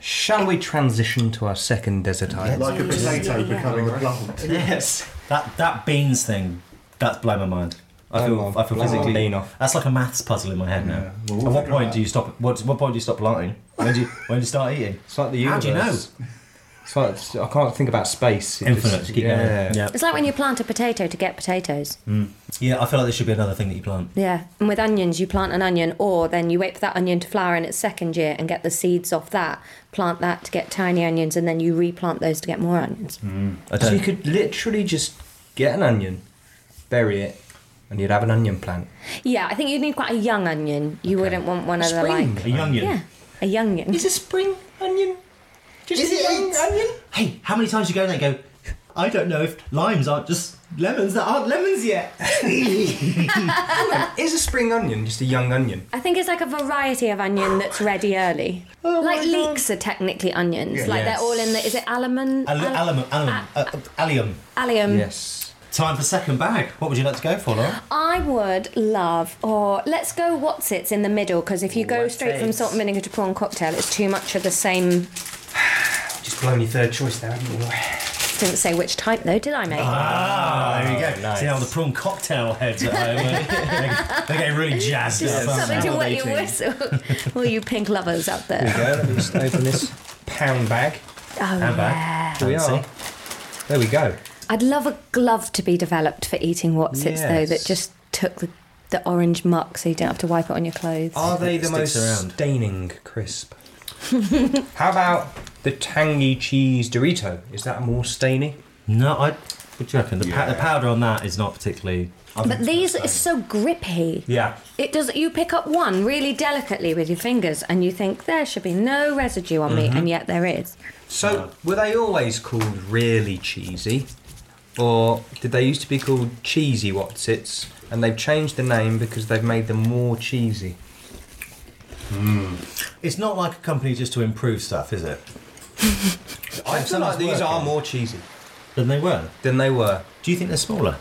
Speaker 3: Shall we transition to our second desert island?
Speaker 6: Like a potato becoming a plant.
Speaker 4: Yes. That that beans thing, that's blown my mind. I feel,
Speaker 3: Blown
Speaker 4: I feel
Speaker 3: off.
Speaker 4: physically
Speaker 3: Blown off.
Speaker 4: That's like a maths puzzle in my head now. At what point do you stop? What, what point do you stop planting? When do you when do you start eating?
Speaker 3: It's like the
Speaker 4: How
Speaker 3: universe.
Speaker 4: do you know?
Speaker 3: It's like, it's- I can't think about space. It
Speaker 4: Infinite.
Speaker 3: just-
Speaker 4: keep
Speaker 3: yeah.
Speaker 4: going. Yeah.
Speaker 5: It's like when you plant a potato to get potatoes.
Speaker 3: Hmm.
Speaker 4: yeah, I feel like this should be another thing that you plant.
Speaker 5: Yeah, and with onions, you plant an onion, or then you wait for that onion to flower in its second year and get the seeds off that, plant that to get tiny onions, and then you replant those to get more onions.
Speaker 3: Hmm.
Speaker 4: I
Speaker 3: So you
Speaker 4: don't.
Speaker 3: could literally just get an onion, bury it, and you'd have an onion plant.
Speaker 5: Yeah, I think you'd need quite a young onion. You wouldn't want one of the
Speaker 3: Spring.
Speaker 5: like.
Speaker 4: A young
Speaker 5: Yeah, a young onion.
Speaker 3: Is a spring onion? Just
Speaker 4: Is
Speaker 3: a
Speaker 4: it
Speaker 3: young
Speaker 4: eight?
Speaker 3: onion?
Speaker 4: Hey, how many times you go in there and go? I don't know if limes aren't just lemons that aren't lemons yet.
Speaker 3: Is a spring onion just a young onion?
Speaker 5: I think it's like a variety of onion that's ready early.
Speaker 3: Oh
Speaker 5: like leeks are technically onions. Like
Speaker 3: Yes.
Speaker 5: they're all in the. Is it alum?
Speaker 4: Al- alum, alum, uh, uh, allium. Um,
Speaker 5: allium.
Speaker 3: Yes.
Speaker 4: Time for second bag. What would you like to go for, Laura?
Speaker 5: I would love, or let's go what's it's in the middle, because if you go
Speaker 3: What's
Speaker 5: straight from
Speaker 3: its?
Speaker 5: salt and vinegar to prawn cocktail, it's too much of the same.
Speaker 3: Just blown your third choice there, haven't you?
Speaker 5: Didn't say which type though, did I, mate?
Speaker 4: Ah, there you go. See how the prawn cocktail heads at home. eh? they, they're getting really jazzed
Speaker 5: Just
Speaker 4: up. aren't
Speaker 5: something
Speaker 4: they?
Speaker 5: to wet your whistle. All you pink lovers out there.
Speaker 3: There we go. Let me just open this pound bag.
Speaker 5: Oh,
Speaker 4: Hand
Speaker 5: yeah.
Speaker 4: back.
Speaker 3: Here we are. There we go.
Speaker 5: I'd love a glove to be developed for eating what's it's
Speaker 3: Yes.
Speaker 5: though that just took the, the orange muck so you don't have to wipe it on your clothes.
Speaker 3: Are they
Speaker 4: It
Speaker 3: the
Speaker 4: sticks
Speaker 3: most
Speaker 4: around.
Speaker 3: staining crisp? How about the tangy cheese Dorito? Is that more stainy?
Speaker 4: No, I. What do you reckon? The, pa- the powder on that is not particularly. I think
Speaker 5: But
Speaker 4: it's
Speaker 5: these
Speaker 4: quite
Speaker 5: is so grippy.
Speaker 4: Yeah.
Speaker 5: It does. You pick up one really delicately with your fingers, and you think there should be no residue on me, and yet there is.
Speaker 3: So, were they always called really cheesy? Or did they used to be called cheesy Watsits and they've changed the name because they've made them more cheesy?
Speaker 4: stained. It's not like a company just to improve stuff, is it?
Speaker 3: I feel like these are more cheesy
Speaker 4: Than they were.
Speaker 3: than they were.
Speaker 4: Do you think they're smaller?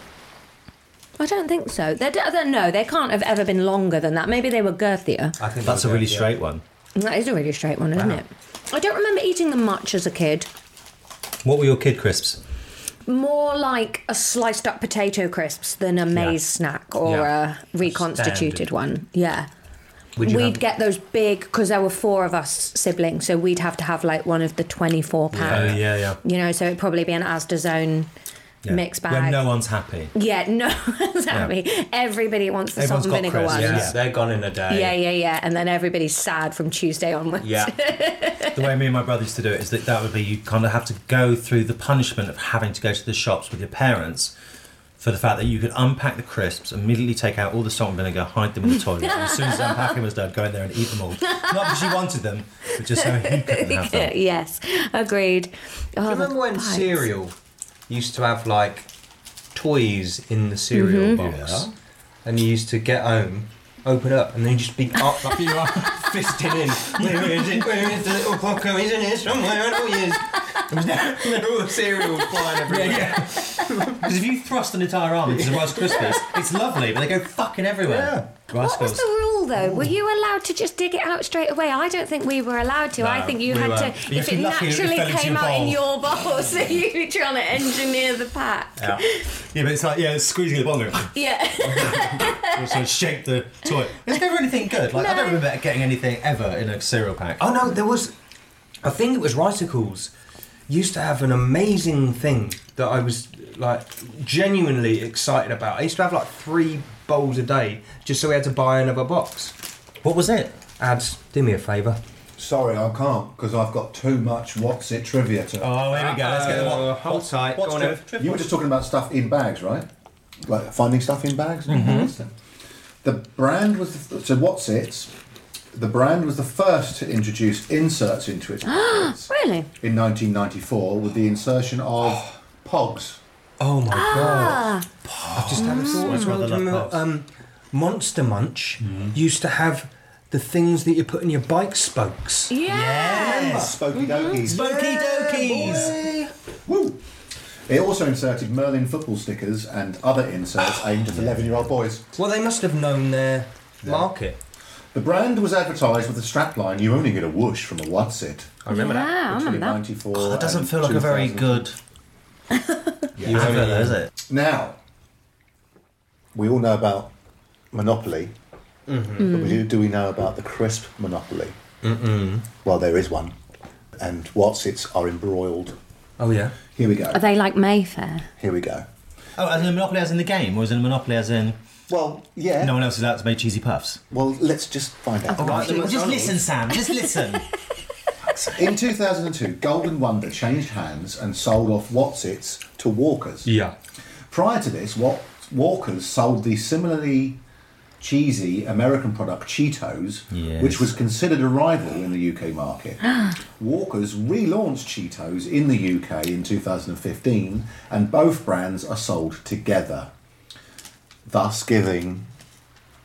Speaker 5: I don't think so. They're, they're, no, they can't have ever been longer than that. Maybe they were girthier.
Speaker 3: I think
Speaker 4: That's a
Speaker 3: they're
Speaker 4: really
Speaker 3: good, yeah.
Speaker 4: straight one.
Speaker 5: That is a really straight one, isn't
Speaker 3: Wow.
Speaker 5: it? I don't remember eating them much as a kid.
Speaker 4: What were your kid crisps?
Speaker 5: More like a sliced up potato crisps than a maize snack or
Speaker 3: Yeah.
Speaker 5: a reconstituted
Speaker 3: Standard.
Speaker 5: one. Yeah.
Speaker 3: Would you
Speaker 5: we'd
Speaker 3: have-
Speaker 5: get those big because there were four of us siblings, so we'd have to have like one of the twenty-four pound.
Speaker 4: Oh, yeah, yeah.
Speaker 5: You know, so it'd probably be an Asda Zone
Speaker 4: Yeah.
Speaker 5: mixed bag.
Speaker 4: When no one's happy.
Speaker 5: yeah, no, exactly. Everybody wants the
Speaker 4: Everyone's
Speaker 5: salt
Speaker 4: got
Speaker 5: and vinegar
Speaker 4: crisps,
Speaker 5: ones.
Speaker 4: yeah.
Speaker 3: They're gone in a day.
Speaker 5: Yeah, yeah, yeah. And then everybody's sad from Tuesday onwards.
Speaker 4: the way me and my brother used to do it is that that would be you kind of have to go through the punishment of having to go to the shops with your parents for the fact that you could unpack the crisps, immediately take out all the salt and vinegar, hide them in the toilet, and as soon as the unpacking was done, go in there and eat them all. Not because you wanted them, but just so you couldn't have them.
Speaker 5: yes, agreed. Oh,
Speaker 3: Do you remember
Speaker 5: the
Speaker 3: when
Speaker 5: bites.
Speaker 3: cereal used to have like toys in the cereal
Speaker 5: Mm-hmm.
Speaker 3: box? And you used to get home, open up, and then just be up like you are fisting in. Where is it? Where is the little pocker? Isn't it somewhere? I know he is. There was no- there were all the cereal flying everywhere.
Speaker 4: Because if you thrust an entire arm into the Rice Krispies, it's lovely, but they go fucking everywhere. Yeah. Rice
Speaker 5: What was
Speaker 4: Krispies.
Speaker 5: the rule though? Were you allowed to just dig it out straight away? I don't think we were allowed to. I
Speaker 4: No,
Speaker 5: think you
Speaker 4: we
Speaker 5: had
Speaker 4: weren't.
Speaker 5: to.
Speaker 4: You
Speaker 5: if
Speaker 4: feel
Speaker 5: it
Speaker 4: lucky if it
Speaker 5: naturally
Speaker 4: fell into
Speaker 5: came
Speaker 4: your
Speaker 5: out in
Speaker 4: bowl.
Speaker 5: your bowl, so you were trying to engineer the pack.
Speaker 4: Yeah. yeah, but it's like, yeah, it's squeezing the bong. out.
Speaker 5: Yeah.
Speaker 4: so shake the toy. There's never anything good. Like, I don't remember getting anything ever in a cereal pack.
Speaker 3: Oh no, there was. I think it was Riticles. Used to have an amazing thing that I was like genuinely excited about. I used to have like three bowls a day just so we had to buy another box.
Speaker 4: What was it?
Speaker 3: Ads, do me a favour.
Speaker 6: Sorry, I can't because I've got too much what's it trivia to.
Speaker 4: Oh, here we go. Let's get the
Speaker 3: Uh,
Speaker 4: what,
Speaker 3: hold
Speaker 4: what's-
Speaker 3: tight.
Speaker 4: What's
Speaker 3: Go on,
Speaker 4: good?
Speaker 3: Ev.
Speaker 6: You were just talking about stuff in bags, right? Like finding stuff in bags. Mm-hmm. The brand was the, so what's it? The brand was the first to introduce inserts into its packets
Speaker 5: really?
Speaker 6: in 1994 with the insertion of Pogs.
Speaker 3: Oh my god! I Mm. just had a thought as well.
Speaker 4: rather
Speaker 3: Do you
Speaker 4: love
Speaker 3: remember,
Speaker 4: pops.
Speaker 3: um, Monster Munch used to have the things that you put in your bike spokes.
Speaker 5: Yeah.
Speaker 6: Spokey dokies.
Speaker 4: Spokey dokies.
Speaker 6: Woo! It also inserted Merlin football stickers and other inserts aimed at 11 year old boys.
Speaker 3: Well, they must have known their market.
Speaker 6: The brand was advertised with the strapline, you only get a whoosh from a what's it.
Speaker 3: I remember
Speaker 5: yeah,
Speaker 3: that.
Speaker 5: I remember
Speaker 6: Between
Speaker 5: that.
Speaker 6: 94
Speaker 4: God, that doesn't
Speaker 6: and
Speaker 4: feel like a very
Speaker 6: 2000.
Speaker 4: good
Speaker 3: You
Speaker 4: advert,
Speaker 3: only-
Speaker 4: though, is it?
Speaker 6: Now, we all know about Monopoly,
Speaker 3: Mm-hmm.
Speaker 6: but we do, do we know about the crisp Monopoly? Mm-mm. Well, there is one, and what's its are embroiled.
Speaker 3: Oh yeah.
Speaker 6: Here we go.
Speaker 5: Are they like Mayfair?
Speaker 6: Here we go.
Speaker 4: Oh, as in a Monopoly as in the game, or as in a Monopoly as in
Speaker 6: Well, yeah.
Speaker 4: no one else is out to make cheesy puffs?
Speaker 6: Well, let's just find out.
Speaker 4: Right, then just listen, Sam. Just listen.
Speaker 6: In 2002, Golden Wonder changed hands and sold off What's Its to Walkers.
Speaker 3: Yeah.
Speaker 6: Prior to this, Wa- Walkers sold the similarly cheesy American product Cheetos,
Speaker 4: Yes.
Speaker 6: which was considered a rival in the UK market. Walkers relaunched Cheetos in the UK in 2015, and both brands are sold together, thus giving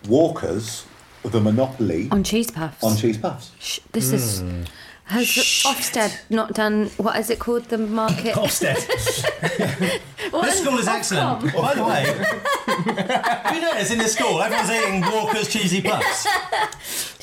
Speaker 6: Walkers the monopoly
Speaker 5: On cheese puffs.
Speaker 6: on cheese puffs.
Speaker 5: Sh- this is. Has Ofsted not done what is it called? The market.
Speaker 4: Ofsted.
Speaker 5: What
Speaker 4: This school is excellent.
Speaker 5: Ofcom?
Speaker 4: By the way, you notice in this school, everyone's eating Walker's cheesy puffs.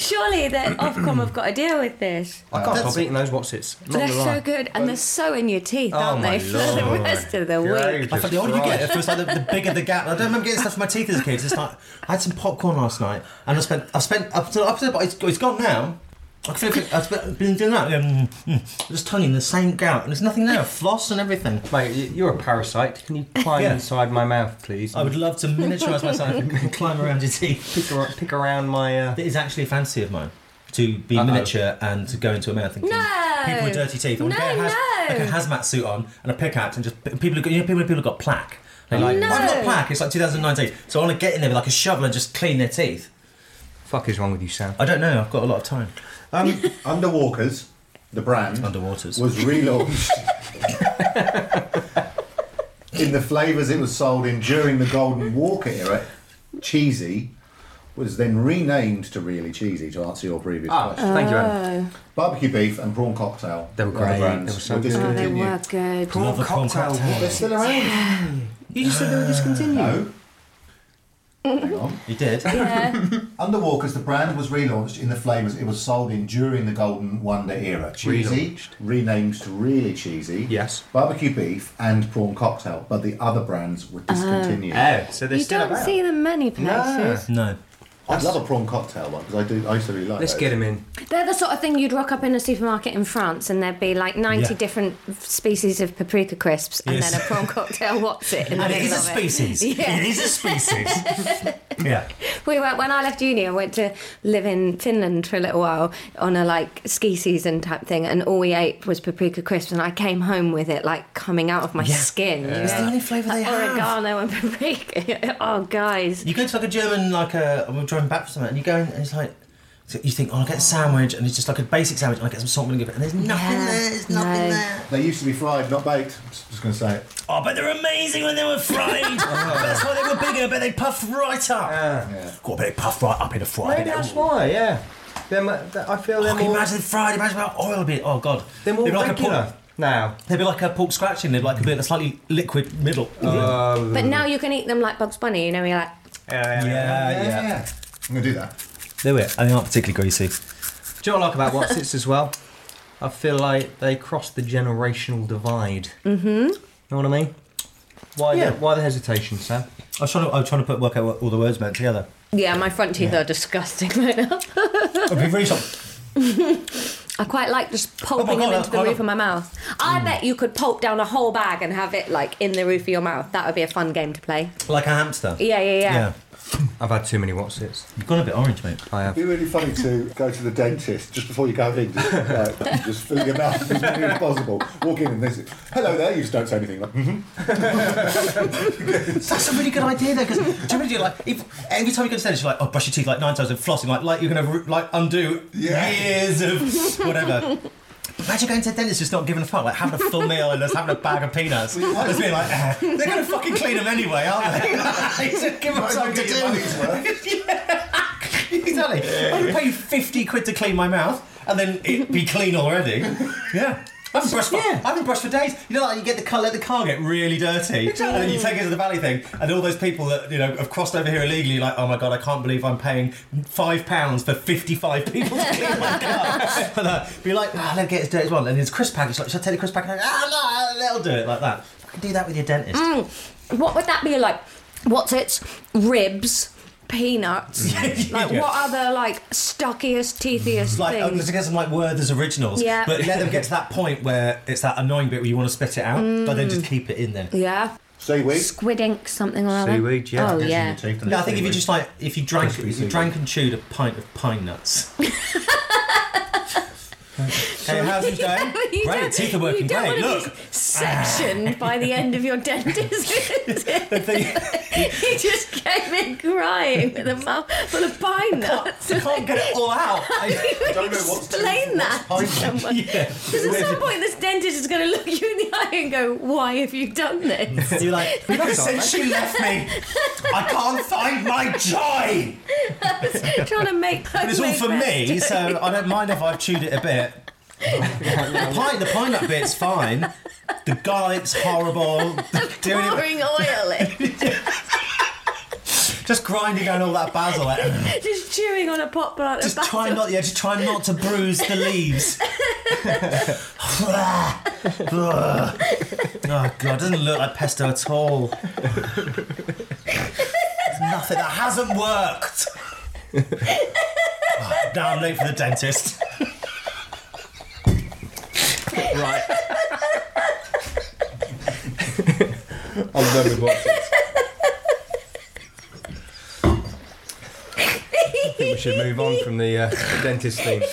Speaker 5: Surely the Ofcom have got to deal with this.
Speaker 3: I
Speaker 4: uh,
Speaker 3: can't stop eating those what's its.
Speaker 5: They're so good, and they're so in your teeth, aren't
Speaker 3: my
Speaker 5: they? For the
Speaker 3: lord.
Speaker 5: rest of the week.
Speaker 4: I felt the older you get, it feels like the, the bigger the gap. I don't remember getting stuff for my teeth as a kid. It's like I had some popcorn last night, and I spent I spent up to up to but it's, it's gone now. I feel like I've spent- been doing that, um, mm, just tongue in the same gout, and there's nothing there, floss and everything.
Speaker 3: Mate, y- you're a parasite. Can you climb
Speaker 4: Yeah.
Speaker 3: inside my mouth, please?
Speaker 4: I would love to miniaturise myself and climb around your teeth.
Speaker 3: pick, ar- pick around my. Uh...
Speaker 4: It is actually a fantasy of mine to be
Speaker 3: Uh-oh.
Speaker 4: miniature and to go into a mouth and kill
Speaker 5: No.
Speaker 4: people with dirty teeth. I want to
Speaker 5: No,
Speaker 4: get a haz-
Speaker 5: no.
Speaker 4: like a hazmat suit on and a pickaxe and just people. Have got, you know, people people have got plaque. They're like,
Speaker 5: No.
Speaker 4: I've got plaque. It's like 2019, so I want to get in there with like a shovel and just clean their teeth.
Speaker 3: Fuck is wrong with you, Sam?
Speaker 4: I don't know. I've got a lot of time.
Speaker 6: Um, Underwalkers, the brand,
Speaker 4: Underwaters.
Speaker 6: was relaunched in the flavours it was sold in during the Golden Walker era. Cheesy was then renamed to Really Cheesy to answer your previous
Speaker 3: Oh,
Speaker 6: question.
Speaker 3: thank you, Adam.
Speaker 6: Barbecue beef and prawn cocktail.
Speaker 3: They were
Speaker 6: the
Speaker 3: great.
Speaker 6: brands,
Speaker 3: They were so
Speaker 6: were
Speaker 3: good. Oh,
Speaker 5: Oh, they
Speaker 6: discontinued.
Speaker 5: were good.
Speaker 4: Uh, Love a prawn cocktail.
Speaker 6: They're still around.
Speaker 3: You just said they were discontinued.
Speaker 6: No. Hang on.
Speaker 4: You did.
Speaker 5: Yeah.
Speaker 6: Underwalkers, the brand was relaunched in the flavours it was sold in during the Golden Wonder era. Cheesy,
Speaker 3: Relaunched.
Speaker 6: renamed to Really Cheesy.
Speaker 3: Yes.
Speaker 6: Barbecue beef and prawn cocktail, but the other brands were discontinued.
Speaker 3: Oh, so they're
Speaker 5: you
Speaker 3: still
Speaker 5: don't
Speaker 3: about.
Speaker 5: see them many places.
Speaker 4: No.
Speaker 6: I'd love a prawn cocktail one because I do. I used to really like.
Speaker 3: Let's
Speaker 6: those.
Speaker 3: get him in.
Speaker 5: They're the sort of thing you'd rock up in a supermarket in France, and there'd be like 90
Speaker 4: Yeah.
Speaker 5: different species of paprika crisps, and
Speaker 4: Yes.
Speaker 5: then a prawn cocktail. What's it? in the
Speaker 4: And it is
Speaker 5: middle
Speaker 4: a
Speaker 5: of it.
Speaker 4: species.
Speaker 5: Yeah.
Speaker 4: It is a species. yeah.
Speaker 5: We went when I left uni. I went to live in Finland for a little while on a like ski season type thing, and all we ate was paprika crisps. And I came home with it like coming out of my
Speaker 4: Yeah.
Speaker 5: skin. you
Speaker 4: It's the
Speaker 5: know?
Speaker 4: only flavour they have.
Speaker 5: Oregano and paprika. oh, guys.
Speaker 4: You go to like a German, like a, we're driving back from somewhere, and you go in, and it's like, so you think, oh, I'll get a sandwich, and it's just like a basic sandwich, and I get some salt and vinegar, and there's nothing
Speaker 5: Yeah,
Speaker 4: there, there's nothing
Speaker 5: no.
Speaker 4: there.
Speaker 6: They used to be fried, not baked. I'm just going to say it.
Speaker 4: Oh, but they're amazing when they were fried. that's why they were bigger, but they puffed right up. God, but they puffed right up in a fry.
Speaker 3: Maybe
Speaker 4: They're-
Speaker 3: that's why, yeah. They're, mu- th- I feel they're
Speaker 4: Oh, can you
Speaker 3: more.
Speaker 4: imagine fried? Imagine how oil would be. Oh, God.
Speaker 3: They're more
Speaker 4: They'd be like
Speaker 3: regular
Speaker 4: A pork,
Speaker 3: now.
Speaker 4: they'd be like a pork scratching, they'd like a bit of a slightly liquid middle.
Speaker 6: Uh, Mm.
Speaker 5: But now you can eat them like Bugs Bunny. You know, you're like,
Speaker 3: Yeah,
Speaker 4: yeah, yeah.
Speaker 6: I'm going to do that.
Speaker 4: Do it. And they aren't particularly greasy.
Speaker 3: Do you know what I like about What's Its as well? I feel like they cross the generational divide. Mm-hmm. Know what I mean? Why,
Speaker 4: Yeah.
Speaker 3: the, why the hesitation, Sam?
Speaker 4: I was trying to, I was trying to put, work out what all the words meant together.
Speaker 5: yeah, my front teeth are disgusting right now.
Speaker 4: I'd be really shocked.
Speaker 5: I quite like just
Speaker 7: Oh
Speaker 5: pulping
Speaker 4: God,
Speaker 5: them
Speaker 4: that's
Speaker 5: into the
Speaker 4: quite
Speaker 5: roof
Speaker 4: a-
Speaker 5: of my mouth. I
Speaker 7: Hmm.
Speaker 5: bet you could pulp down a whole bag and have it like in the roof of your mouth. That would be a fun game to play.
Speaker 4: Like a hamster.
Speaker 5: Yeah, yeah, yeah.
Speaker 3: I've had too many What's Its.
Speaker 4: You've gone a bit orange, mate.
Speaker 3: I have.
Speaker 6: It'd be really funny to go to the dentist just before you go in, just, like, just fill your mouth as many as possible. Walk in and there's hello there. You just don't say anything. Like, "Mhm."
Speaker 4: That's a really good idea, though, because do you remember, you're like, if, every time you go to the dentist, you're like, oh, brush your teeth like nine times and flossing, like, like you're going to like undo
Speaker 6: Yeah.
Speaker 4: years of whatever. But Imagine going to the dentist just not giving a fuck, like having a full meal and just having a bag of peanuts. Just being like, "Eh, they're going to fucking clean them anyway, aren't they? just give them
Speaker 6: Might as well
Speaker 4: something to
Speaker 6: get your money's worth.
Speaker 4: do. Yeah. exactly. I'm going to pay 50 quid to clean my mouth and then it'd be clean already. Yeah. I haven't brushed for, I haven't brushed for days. You know, like you get the car, let the car get really dirty, and then you take it to the valley thing, and all those people that you know have crossed over here illegally, like, oh my god, I can't believe I'm paying five pounds for fifty-five people to clean my car. and uh, be like, ah, let me get as dirty as well. And it's crisp package. Like, should I take the crisp package? Ah, no, they'll do it like that. Fucking do that with your dentist.
Speaker 5: What would that be like? What's its ribs? Peanuts. like
Speaker 4: Yeah.
Speaker 5: what are the like stockiest, teethiest
Speaker 4: It's like
Speaker 7: oh,
Speaker 4: I'm
Speaker 5: things?
Speaker 4: just get some like Werther's originals.
Speaker 5: Yeah.
Speaker 4: But let them get to that point where it's that annoying bit where you want to spit it out, but then just keep it in there.
Speaker 5: Mm. yeah.
Speaker 6: Seaweed.
Speaker 5: Squid ink, something like that.
Speaker 7: Seaweed, yeah.
Speaker 5: Oh
Speaker 7: gets in
Speaker 5: yeah.
Speaker 7: your teeth and
Speaker 4: No, I
Speaker 7: it's
Speaker 4: think if you
Speaker 7: seaweed.
Speaker 4: just like if you drank if you
Speaker 7: seaweed.
Speaker 4: drank and chewed a pint of pine nuts. hey, how's it going?
Speaker 5: You
Speaker 4: Great,
Speaker 5: don't-
Speaker 4: teeth are working
Speaker 5: you don't
Speaker 4: great.
Speaker 5: want to
Speaker 4: Look. Ah.
Speaker 5: be sectioned by the end of your dentist.
Speaker 4: The thing-
Speaker 5: he just came in crying with a mouth full of pine nuts.
Speaker 4: I can't get it all out. I-
Speaker 6: don't know what's-
Speaker 5: Explain that to someone.
Speaker 4: yeah.
Speaker 5: Because at some point, this dentist is going to look you in the eye and go, "Why have you done this?"
Speaker 4: You're like, because since she left me, I can't find my joy.
Speaker 5: Trying to make.
Speaker 4: But it's all for me, so I don't mind if I've chewed it a bit. the, pine, the pine nut bit's fine. The garlic's horrible. Doing it,
Speaker 5: Pouring oil in,
Speaker 4: just grinding down all that basil. Like,
Speaker 5: just chewing on a pot plant.
Speaker 4: just
Speaker 5: of
Speaker 4: try
Speaker 5: basil.
Speaker 4: not, yeah, just try not to bruise the leaves. oh god, doesn't look like pesto at all. There's nothing that hasn't worked. Oh, now I'm late for the dentist.
Speaker 7: right.
Speaker 6: I'm done with watching.
Speaker 7: I think we should move on from the uh, dentist theme.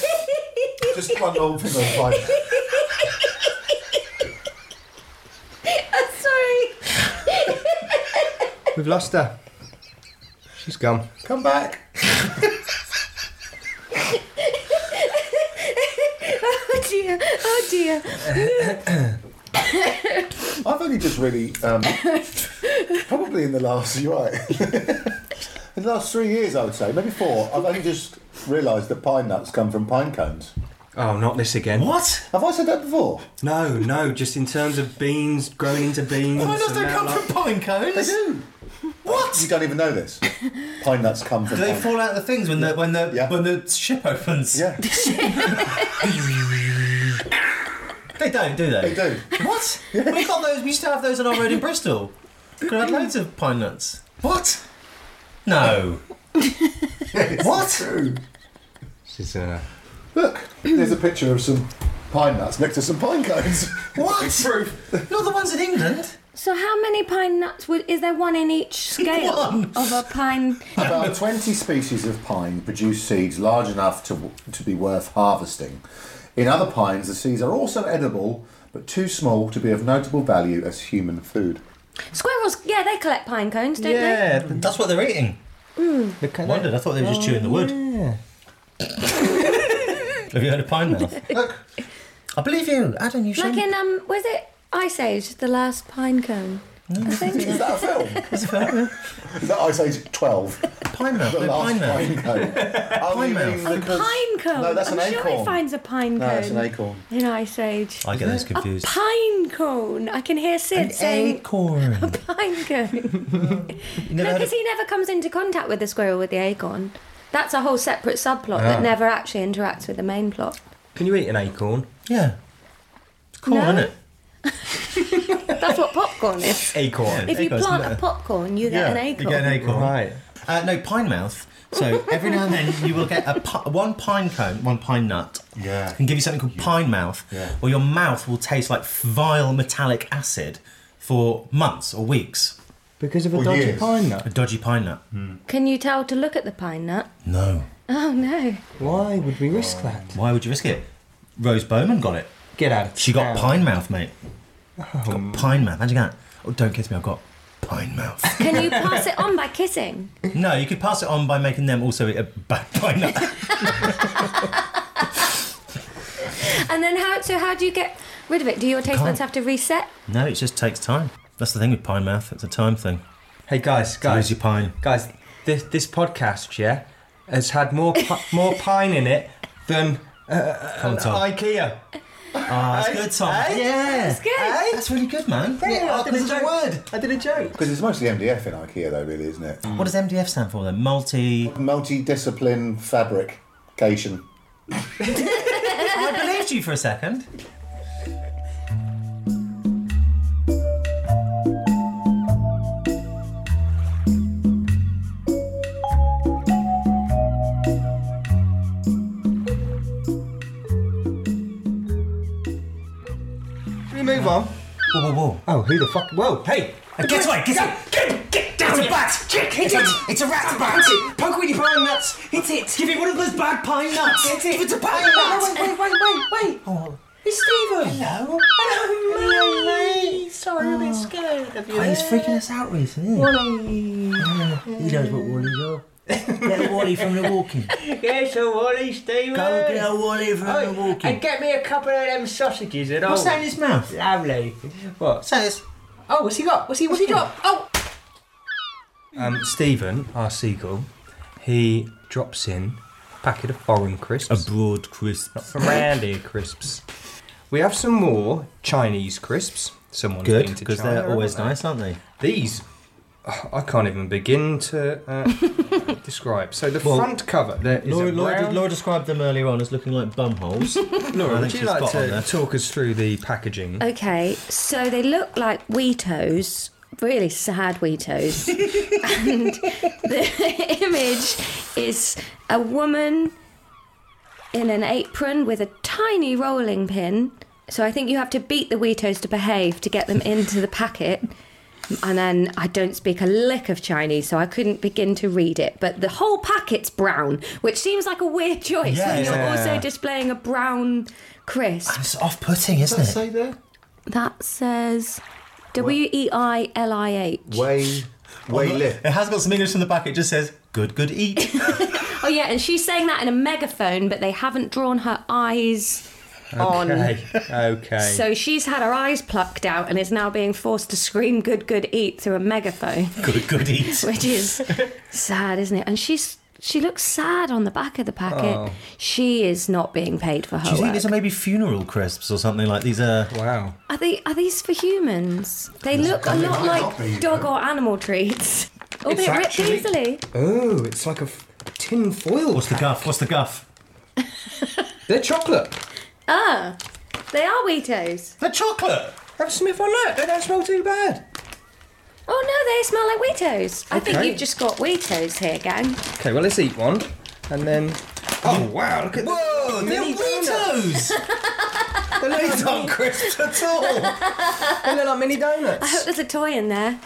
Speaker 6: Just one old thing on fire.
Speaker 5: Sorry.
Speaker 7: We've lost her. She's gone.
Speaker 6: Come back.
Speaker 5: Oh dear. Oh dear.
Speaker 6: I've only just really, um, probably in the last, you're right, in the last three years, I would say, maybe four, I've only just realised that pine nuts come from pine cones.
Speaker 7: Oh, not this again.
Speaker 4: What?
Speaker 6: Have I said that before?
Speaker 7: No, no. Just in terms of beans growing into beans.
Speaker 4: Why does
Speaker 7: and
Speaker 4: they
Speaker 7: now,
Speaker 4: come
Speaker 7: like-
Speaker 4: from pine cones?
Speaker 6: They do.
Speaker 4: What?
Speaker 6: You don't even know this. Pine nuts come from.
Speaker 4: Do they
Speaker 6: pine-
Speaker 4: fall out of the things when the when the
Speaker 6: Yeah.
Speaker 4: when the ship opens?
Speaker 6: Yeah,
Speaker 4: They don't, do they?
Speaker 6: they do.
Speaker 4: What? we got those. We used to have those on our road in Bristol. Could have had loads of pine nuts. What? No. what?
Speaker 6: True.
Speaker 7: She's, uh,
Speaker 6: Look, there's a picture of some pine nuts next to some pine cones.
Speaker 4: What? Not the ones in England.
Speaker 5: So how many pine nuts would is there one in each scale
Speaker 4: One.
Speaker 5: of a pine?
Speaker 6: About 20 species of pine produce seeds large enough to, to be worth harvesting. In other pines, the seeds are also edible, but too small to be of notable value as human food.
Speaker 5: Squirrels, yeah, they collect pine cones, don't
Speaker 7: yeah. th-
Speaker 4: That's what they're eating.
Speaker 5: Hmm.
Speaker 4: I wondered. I thought they were just chewing the wood. have you heard of pine mouth? Look. I believe you, Adam. You
Speaker 5: they?
Speaker 4: should.
Speaker 5: Like in um, was it Ice Age, the last pine cone? I
Speaker 6: Is
Speaker 5: think.
Speaker 6: that a film? Is that Ice Age 12?
Speaker 4: Pine mouth.
Speaker 6: The
Speaker 4: No, pine
Speaker 6: last pine
Speaker 4: mouth.
Speaker 6: cone. Oh, you
Speaker 4: Pine
Speaker 6: mean
Speaker 4: mouth.
Speaker 5: A
Speaker 6: because-
Speaker 5: pine cone.
Speaker 6: No, that's
Speaker 5: I'm
Speaker 6: an
Speaker 5: sure
Speaker 6: acorn.
Speaker 5: he finds a pine
Speaker 6: no,
Speaker 5: cone.
Speaker 6: it's an acorn.
Speaker 5: In Ice Age.
Speaker 4: I get those confused.
Speaker 5: Pine cone. I can hear Sid saying
Speaker 4: acorn.
Speaker 5: pine cone. no,
Speaker 4: You never heard
Speaker 5: because
Speaker 4: of-
Speaker 5: he never comes into contact with the squirrel with the acorn. That's a whole separate subplot
Speaker 6: Ah.
Speaker 5: that never actually interacts with the main plot.
Speaker 7: Can you eat an acorn?
Speaker 4: Yeah. It's corn,
Speaker 5: No.
Speaker 4: isn't it?
Speaker 5: That's what popcorn is.
Speaker 7: Acorn.
Speaker 5: If you
Speaker 4: Acorn's
Speaker 5: plant
Speaker 4: better.
Speaker 5: a popcorn, you get an acorn.
Speaker 4: acorn.
Speaker 7: Right.
Speaker 4: Uh, no, pine mouth. So every now and then you will get a pi- one pine cone, one pine nut.
Speaker 6: Yeah.
Speaker 4: Can give you something called pine mouth,
Speaker 6: Yeah.
Speaker 4: where your mouth will taste like vile metallic acid for months or weeks.
Speaker 7: Because of a
Speaker 6: Well,
Speaker 7: dodgy
Speaker 6: yes.
Speaker 7: pine
Speaker 4: A
Speaker 7: nut.
Speaker 4: dodgy pine nut.
Speaker 5: Can you tell to look at the pine nut?
Speaker 4: No.
Speaker 5: Oh no.
Speaker 7: Why would we risk that?
Speaker 4: Why would you risk it? Rose Bowman got it.
Speaker 7: Get out. of
Speaker 4: She got
Speaker 7: town.
Speaker 4: pine mouth, mate. She's got pine mouth. Imagine that. Oh, don't kiss me. I've got pine mouth.
Speaker 5: Can you pass it on by kissing?
Speaker 4: No, you could pass it on by making them also eat a bad pine nut.
Speaker 5: And then how? So how do you get rid of it? Do your taste buds
Speaker 4: Can't.
Speaker 5: have to reset?
Speaker 4: no, it just takes time. That's the thing with pine mouth. It's a time thing.
Speaker 7: Hey guys, guys,
Speaker 4: Lose your pine.
Speaker 7: guys. This this podcast, yeah, has had more pi- more pine in it than uh,
Speaker 4: Come on,
Speaker 7: IKEA.
Speaker 4: Ah, it's good, Tom.
Speaker 3: Eh?
Speaker 4: Yeah.
Speaker 3: That's good. Eh?
Speaker 4: That's really good, man.
Speaker 7: Oh,
Speaker 3: Yeah, I did a
Speaker 4: There's
Speaker 3: joke.
Speaker 4: word.
Speaker 3: I did a joke.
Speaker 6: Because it's mostly MDF in IKEA, though, really, isn't it?
Speaker 4: What does MDF stand for then? Multi.
Speaker 6: Multi-discipline fabrication.
Speaker 4: I believed you for a second.
Speaker 7: Should we move on?
Speaker 4: Whoa, whoa, whoa.
Speaker 3: Oh, who the fuck? Whoa, hey!
Speaker 4: Get away, get away.
Speaker 7: Get, get down!
Speaker 4: It's a
Speaker 7: you-
Speaker 4: bat.
Speaker 7: Get, hit
Speaker 4: It's
Speaker 7: it!
Speaker 4: a- it's a rat
Speaker 7: Poke
Speaker 4: bat.
Speaker 7: it. Poke it with your pine nuts! Hit it! Give it one of those bad pine nuts! Hit it! Give it a pine nut!
Speaker 3: Wait, wait, wait, wait, wait!
Speaker 4: Oh,
Speaker 3: It's Stephen! Hello! Hello, mate! Sorry, I'm a bit scared of you.
Speaker 4: oh, he's freaking us out recently. isn't
Speaker 3: Wally.
Speaker 4: he? He knows what Wally's are. Get Wally from the walking.
Speaker 3: Yes, a Wally, Stephen!
Speaker 4: Go get a Wally from the walking.
Speaker 3: And get me a couple of them sausages and
Speaker 4: What's
Speaker 3: all.
Speaker 4: that in his mouth?
Speaker 3: Lovely. What?
Speaker 4: Say this.
Speaker 3: Oh, what's he got? What's he, what's he got? Oh! Um, Stephen, our seagull, he drops in a packet of foreign crisps.
Speaker 4: broad crisp.
Speaker 3: Some reindeer crisps. We have some more Chinese crisps. Someone's been to
Speaker 4: Good, because
Speaker 3: China,
Speaker 4: they're always
Speaker 3: haven't
Speaker 4: nice, aren't they?
Speaker 3: they? These, oh, I can't even begin to uh, describe. So the
Speaker 4: Well,
Speaker 3: front cover there is
Speaker 4: Laura,
Speaker 3: a
Speaker 4: Laura,
Speaker 3: brown...
Speaker 4: Laura described them earlier on as looking like bum holes. I
Speaker 3: Laura,
Speaker 4: think
Speaker 3: would you
Speaker 4: she's
Speaker 3: like
Speaker 4: spot on
Speaker 3: to
Speaker 4: there.
Speaker 3: talk us through the packaging?
Speaker 5: Okay, so they look like Weetos, really sad Weetos. and the image is a woman in an apron with a tiny rolling pin. So I think you have to beat the Weetos to behave to get them into the packet. And then I don't speak a lick of Chinese, so I couldn't begin to read it. But the whole packet's brown, which seems like a weird choice when you're
Speaker 3: Yeah.
Speaker 5: also displaying a brown crisp.
Speaker 4: It's off-putting, isn't it?
Speaker 3: there?
Speaker 5: That says W E I L I H.
Speaker 6: Way, way lit.
Speaker 4: It has got some English in the back. It just says "good, good eat."
Speaker 5: Oh, yeah, and she's saying that in a megaphone, but they haven't drawn her eyes on.
Speaker 3: Okay. okay.
Speaker 5: So she's had her eyes plucked out and is now being forced to scream good, good, eat through a megaphone,
Speaker 4: good, good eat.
Speaker 5: which is sad, isn't it? And she's. She looks sad on the back of the packet. She is not being paid for
Speaker 4: Oh. Do
Speaker 5: her
Speaker 4: you think
Speaker 5: work.
Speaker 4: these are maybe funeral crisps or something like these? uh, Are
Speaker 3: wow.
Speaker 5: Are, they, are these for humans? They look a lot like dog or animal treats, albeit ripped
Speaker 3: actually-
Speaker 5: easily.
Speaker 3: Oh, it's like a f- tin foil.
Speaker 4: what's the
Speaker 3: pack.
Speaker 4: guff? What's the guff?
Speaker 3: They're chocolate.
Speaker 5: Ah, they are Weetos.
Speaker 4: The chocolate.
Speaker 3: Have some if I like. They don't smell too bad.
Speaker 5: Oh no, they smell like Weetos. I think
Speaker 3: Okay.
Speaker 5: you've just got Weetos here, gang.
Speaker 3: Okay, well let's eat one, and then. Oh wow! Look at
Speaker 4: Whoa,
Speaker 3: the
Speaker 4: they're
Speaker 3: mini
Speaker 4: Weetos.
Speaker 3: They're
Speaker 4: These
Speaker 3: like,
Speaker 4: aren't crisps at all.
Speaker 3: they're like mini donuts.
Speaker 5: I hope there's a toy in there.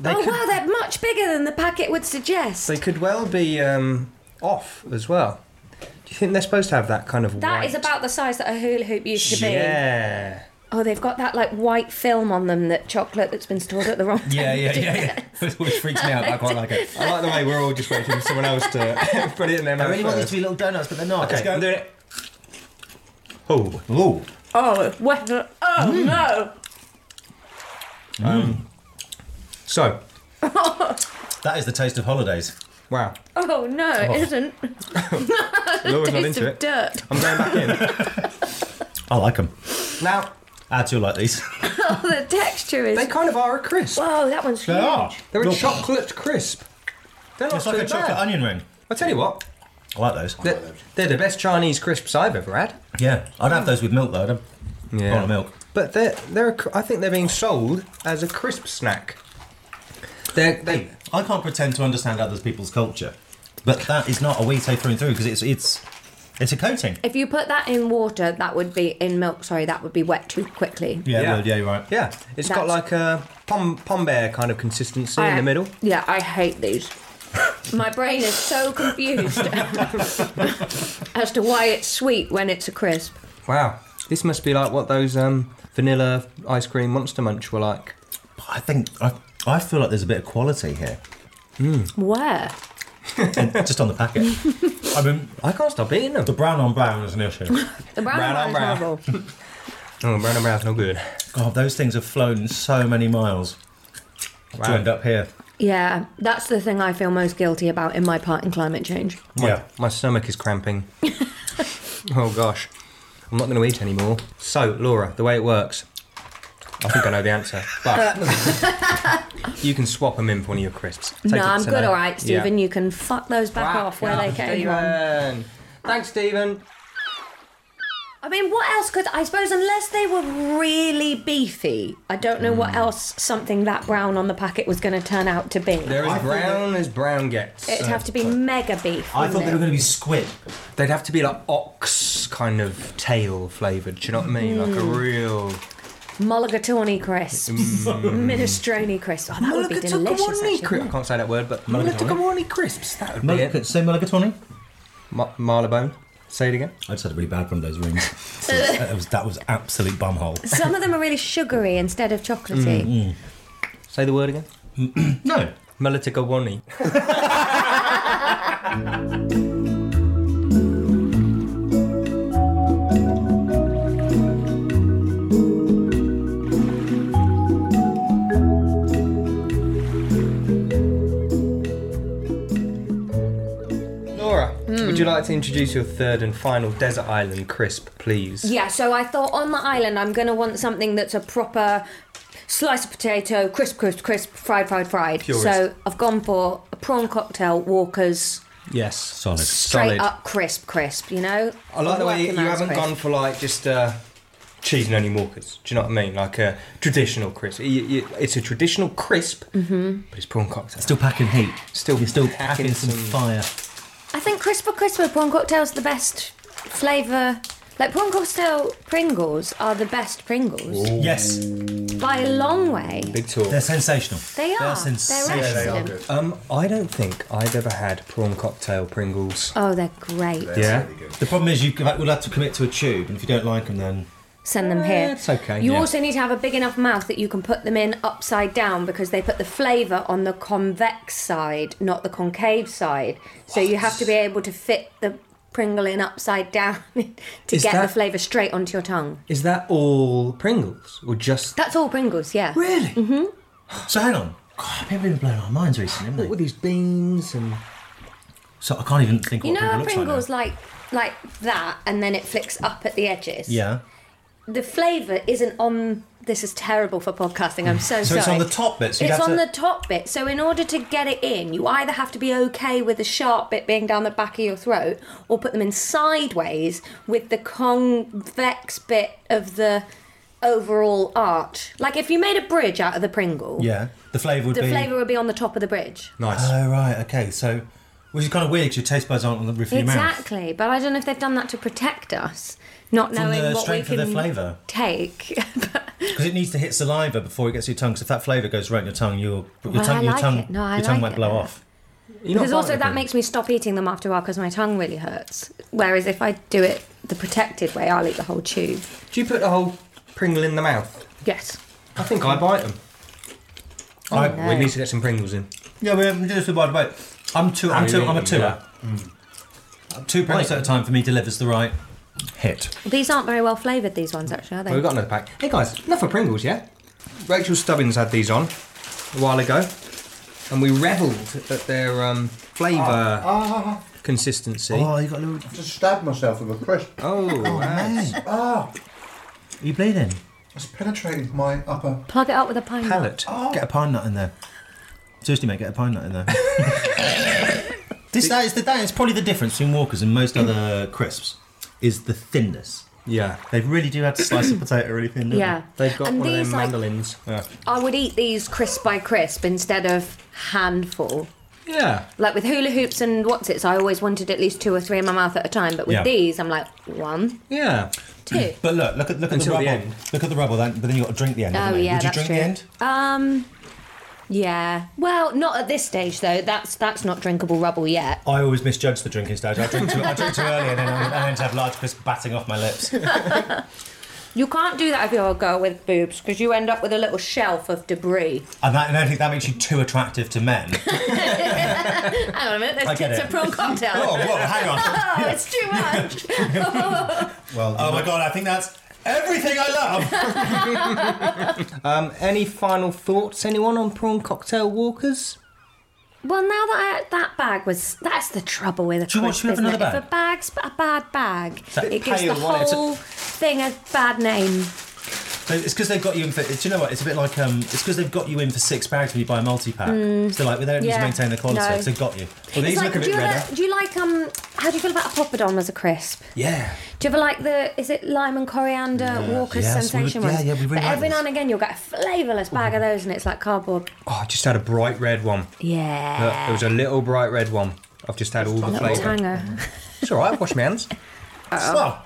Speaker 3: they,
Speaker 5: oh
Speaker 3: could,
Speaker 5: wow, they're much bigger than the packet would suggest.
Speaker 3: they could well be um, off as well. Do you think they're supposed to have that kind of?
Speaker 5: That
Speaker 3: white?
Speaker 5: is about the size that a hula hoop used to be.
Speaker 3: Yeah.
Speaker 5: Oh, they've got that like white film on them, that chocolate that's been stored at the wrong time.
Speaker 4: yeah, yeah, yeah, yeah. Which freaks me out. but I quite like it.
Speaker 3: I like the way we're all just waiting for someone else to put it in their
Speaker 4: I
Speaker 3: mouth.
Speaker 4: really want these
Speaker 3: first.
Speaker 4: to be little donuts, but they're not.
Speaker 3: Okay,
Speaker 4: Let's go.
Speaker 3: I'm doing it. Oh,
Speaker 4: Ooh.
Speaker 5: Oh, what? Oh
Speaker 3: Mm.
Speaker 5: no!
Speaker 3: so
Speaker 4: That is the taste of holidays.
Speaker 3: wow.
Speaker 5: Oh no, it isn't.
Speaker 3: Laura's not
Speaker 5: Taste
Speaker 3: into
Speaker 5: of
Speaker 3: it.
Speaker 5: dirt.
Speaker 3: I'm going back in
Speaker 4: I like them.
Speaker 3: now.
Speaker 4: I do like these.
Speaker 5: Oh, the texture is.
Speaker 3: They kind of are a crisp.
Speaker 5: Whoa, that one's huge.
Speaker 3: They're a
Speaker 4: Look.
Speaker 3: chocolate crisp. They're not
Speaker 4: It's like
Speaker 3: too
Speaker 4: a chocolate
Speaker 3: bad.
Speaker 4: onion ring.
Speaker 3: I tell you what,
Speaker 4: I like those.
Speaker 3: they're, they're the best Chinese crisps I've ever had.
Speaker 4: Yeah, I'd have those with milk though. I'd have a bowl of milk.
Speaker 3: But they're they're a cr- I think they're being sold as a crisp snack. They're, they
Speaker 4: I can't pretend to understand other people's culture, but that is not a Wheato through and through because it's it's it's a coating.
Speaker 5: If you put that in water, that would be in milk. Sorry, that would be wet too quickly.
Speaker 4: Yeah,
Speaker 3: Yeah.
Speaker 4: yeah, yeah, you're right.
Speaker 3: yeah, it's got
Speaker 5: That's-
Speaker 3: like a pom pom bear kind of consistency in the middle.
Speaker 5: Yeah, I hate these. My brain is so confused as to why it's sweet when it's a crisp.
Speaker 3: Wow, this must be like what those um, vanilla ice cream monster munch were like.
Speaker 4: But I think I I feel like there's a bit of quality here,
Speaker 5: Where?
Speaker 4: and just on the packet. I mean,
Speaker 3: I can't stop eating them.
Speaker 4: the brown on brown is an issue.
Speaker 5: The brown
Speaker 3: Brown on
Speaker 5: one's
Speaker 3: brown.
Speaker 5: horrible.
Speaker 3: Oh, brown and brown's no good.
Speaker 4: God, those things have flown so many miles to
Speaker 3: Wow.
Speaker 4: end up here.
Speaker 5: Yeah, that's the thing I feel most guilty about in my part in climate change.
Speaker 4: Yeah.
Speaker 3: My stomach is cramping. oh gosh. I'm not going to eat anymore. So, Laura, the way it works, I think I know the answer, but you can swap them in for one of your crisps. Take
Speaker 5: no,
Speaker 3: it
Speaker 5: I'm
Speaker 3: today.
Speaker 5: good, all right,
Speaker 3: Yeah.
Speaker 5: Stephen. You can fuck those back
Speaker 3: Wow, uh,
Speaker 5: off where
Speaker 3: wow,
Speaker 5: they came from.
Speaker 3: Stephen. Thanks, Stephen.
Speaker 5: I mean, what else could I suppose? Unless they were really beefy, I don't know
Speaker 3: Hmm.
Speaker 5: what else something that brown on the packet was going to turn out to be.
Speaker 3: They're as brown as brown gets.
Speaker 5: It'd have to be mega beef.
Speaker 3: I thought they were
Speaker 5: wouldn't
Speaker 3: going to be squid. They'd have to be like ox kind of tail flavoured. Do you know what I mean? Like a
Speaker 5: Mm.
Speaker 3: real.
Speaker 5: it? mulligatawny crisps,
Speaker 3: Mm.
Speaker 5: minestrone crisps. Oh, that would be delicious. actually,
Speaker 3: Cri- I
Speaker 5: wouldn't it?
Speaker 3: can't say that word, but
Speaker 5: Mulligatawny.
Speaker 3: mulligatawny crisps. That would be it.
Speaker 4: Say mulligatawny.
Speaker 3: Ma- Marlebone. Say it again.
Speaker 4: I just had a really bad one of those rings. that was that was absolute bumhole.
Speaker 5: Some of them are really sugary instead of chocolatey.
Speaker 3: Mm. Say the word again.
Speaker 4: no.
Speaker 3: Mulligatawny. Laura,
Speaker 5: Hmm.
Speaker 3: would you like to introduce your third and final desert island crisp, please?
Speaker 5: Yeah, so I thought on the island I'm gonna want something that's a proper slice of potato, crisp, crisp, crisp, fried, fried, fried.
Speaker 3: Purist.
Speaker 5: So I've gone for a prawn cocktail, Walker's
Speaker 3: Yes. Solid.
Speaker 5: straight up crisp, crisp. You know.
Speaker 3: I like the way you
Speaker 5: Working man's
Speaker 3: haven't
Speaker 5: crisp.
Speaker 3: gone for like just uh, cheese and onion walkers. Do you know what I mean? Like a traditional crisp. You- you- It's a traditional crisp,
Speaker 5: Mhm.
Speaker 3: but it's prawn cocktail.
Speaker 4: Still packing heat.
Speaker 3: Still,
Speaker 4: You're still
Speaker 3: packing
Speaker 4: packing some
Speaker 3: some-
Speaker 4: fire.
Speaker 5: I think crisper, crisper prawn cocktail's the best flavour. Like prawn cocktail Pringles are the best Pringles
Speaker 4: Yes.
Speaker 5: by a long way.
Speaker 3: Big talk.
Speaker 4: They're sensational.
Speaker 5: They are. They're
Speaker 4: They're sensational.
Speaker 5: Yeah, they are excellent.
Speaker 3: Um, I don't think I've ever had prawn cocktail Pringles.
Speaker 5: Oh, they're great.
Speaker 3: yeah.
Speaker 4: The problem is you will have to commit to a tube, and if you don't like them, then
Speaker 5: Send them here.
Speaker 4: It's okay.
Speaker 5: You also need to have a big enough mouth that you can put them in upside down because they put the flavour on the convex side, not the concave side. So you have to be able to fit the Pringle in upside down to
Speaker 3: Is
Speaker 5: get the
Speaker 3: that-
Speaker 5: flavour straight onto your tongue.
Speaker 3: Is that all Pringles or just?
Speaker 5: That's all Pringles, yeah. Really? hmm
Speaker 4: So hang on. God, people have been blowing our minds recently, haven't they? What
Speaker 3: with these beans and?
Speaker 4: So I can't even think
Speaker 5: You know
Speaker 4: what
Speaker 5: how
Speaker 4: Pringle looks like.
Speaker 5: Pringles like like that and then it flicks up at the edges?
Speaker 4: now. Yeah.
Speaker 5: The flavour isn't on. This is terrible for podcasting. I'm so,
Speaker 4: So
Speaker 5: sorry.
Speaker 4: it's on the top bit, so you'd
Speaker 5: it's
Speaker 4: have
Speaker 5: on
Speaker 4: to-
Speaker 5: the top bit. So in order to get it in, you either have to be okay with the sharp bit being down the back of your throat, or put them in sideways with the convex bit of the overall arch. Like if you made a bridge out of the Pringle,
Speaker 4: Yeah. The flavour would
Speaker 5: the
Speaker 4: be
Speaker 5: flavour would be on the top of the bridge.
Speaker 3: nice.
Speaker 4: Oh right. Okay. So, which is kind of weird because your taste buds aren't on the roof of your mouth.
Speaker 5: Exactly. But I don't know if they've done that to protect us, not
Speaker 4: From
Speaker 5: knowing
Speaker 4: the
Speaker 5: what we
Speaker 4: strength of
Speaker 5: can
Speaker 4: their flavour.
Speaker 5: take.
Speaker 4: Because it needs to hit saliva before it gets to your tongue. Because if that flavour goes right in your tongue, your your
Speaker 5: Well, I
Speaker 4: tongue,
Speaker 5: like
Speaker 4: your tongue,
Speaker 5: it. No, I
Speaker 4: your tongue
Speaker 5: like
Speaker 4: might
Speaker 5: it.
Speaker 4: blow off.
Speaker 5: because also that makes me stop eating them after a while because my tongue really hurts. Whereas if I do it the protected way, I'll eat the whole tube.
Speaker 3: Do you put the whole Pringle in the mouth?
Speaker 5: Yes.
Speaker 3: I think I bite them.
Speaker 4: Oh,
Speaker 3: I-
Speaker 4: no.
Speaker 3: We need to get some Pringles in.
Speaker 4: Yeah, um, we haven't just about wait. I'm two. I'm
Speaker 3: Oh,
Speaker 4: two.
Speaker 3: you
Speaker 4: I'm a
Speaker 3: eat
Speaker 4: two.
Speaker 3: them, yeah. Mm.
Speaker 4: Two pounds at a time for me delivers the right hit.
Speaker 5: These aren't very well flavoured. These ones actually, are they?
Speaker 3: Well, we've got another pack. Hey guys, enough of Pringles, yeah? Rachel Stubbins had these on a while ago, and we revelled at their um, flavour
Speaker 6: Ah,
Speaker 3: consistency.
Speaker 6: Oh,
Speaker 4: you got a little.
Speaker 6: Just stabbed myself with a crisp.
Speaker 3: Oh,
Speaker 6: nice. Ah,
Speaker 4: Are you bleeding?
Speaker 6: it's penetrated my upper.
Speaker 5: Plug it up with a pine. nut.
Speaker 4: Get a pine nut in there. Seriously, mate, get a pine nut in there. this that is the that is probably the difference between Walkers and most other crisps is the thinness.
Speaker 3: Yeah,
Speaker 4: they really do have to slice the potato really thin. don't
Speaker 5: Yeah.
Speaker 4: they?
Speaker 5: They've got And one of them these, like-
Speaker 3: mandolins.
Speaker 4: Yeah.
Speaker 5: I would eat these crisp by crisp instead of handful.
Speaker 3: Yeah.
Speaker 5: Like with hula hoops and what's its, I always wanted at least two or three in my mouth at a time. But with
Speaker 4: Yeah.
Speaker 5: these, I'm like one.
Speaker 3: Yeah.
Speaker 5: Two.
Speaker 4: But look, look at look at the
Speaker 3: Until the
Speaker 4: rubble.
Speaker 3: end.
Speaker 4: Look at the rubble. Then, but then you got to drink the end.
Speaker 5: Oh
Speaker 4: haven't you?
Speaker 5: yeah,
Speaker 4: Would you
Speaker 5: that's
Speaker 4: drink
Speaker 5: true.
Speaker 4: the end?
Speaker 5: Um, yeah. Well, not at this stage though. That's that's not drinkable rubble yet.
Speaker 4: I always misjudge the drinking stage. I drink too, I drink too early, and then I, I end up large crisps batting off my lips.
Speaker 5: You can't do that if you're a girl with boobs because you end up with a little shelf of debris.
Speaker 4: And that, and I think that makes you too attractive to men.
Speaker 5: Hang on a minute,
Speaker 4: I
Speaker 5: there's
Speaker 4: get
Speaker 5: tits
Speaker 4: it.
Speaker 5: of prawn cocktail.
Speaker 4: Oh, whoa, hang on.
Speaker 5: oh, it's too much.
Speaker 4: Well, oh my god, I think that's everything I love.
Speaker 3: Um, any final thoughts, anyone, on prawn cocktail walkers?
Speaker 5: Well, now that I, that bag was, that's the trouble with a
Speaker 4: Do you want-
Speaker 5: crisp,
Speaker 4: should we have
Speaker 5: isn't
Speaker 4: another
Speaker 5: it?
Speaker 4: bag?
Speaker 5: If a bag's b- a bad bag,
Speaker 4: It's that
Speaker 5: it gives the
Speaker 4: pale one, it's a-
Speaker 5: whole thing a bad name.
Speaker 4: They- It's because they've got you in for. Do you know what? It's a bit like um. It's because they've got you in for six bags when you buy a multi pack.
Speaker 5: Mm.
Speaker 4: So like, they don't need
Speaker 5: Yeah.
Speaker 4: to maintain the quality.
Speaker 5: No.
Speaker 4: So they've got you.
Speaker 5: It's like, do you ever- do you like um? How do you feel about a poppadom as a crisp?
Speaker 4: Yeah.
Speaker 5: Do you ever like the? Is it lime and coriander Walker's
Speaker 3: Yes, we would-
Speaker 5: sensation
Speaker 3: yeah,
Speaker 5: ones?
Speaker 3: yeah, we really
Speaker 5: but
Speaker 3: like
Speaker 5: every
Speaker 3: those.
Speaker 5: now and again, you'll get a flavourless bag of those, and it's like cardboard.
Speaker 3: Oh, I just had a bright red one.
Speaker 5: Yeah.
Speaker 3: Look, there was a little bright red one. I've just had all the
Speaker 5: Little
Speaker 3: flavour.
Speaker 5: tanger.
Speaker 3: It's all right. Wash my hands.
Speaker 4: Well,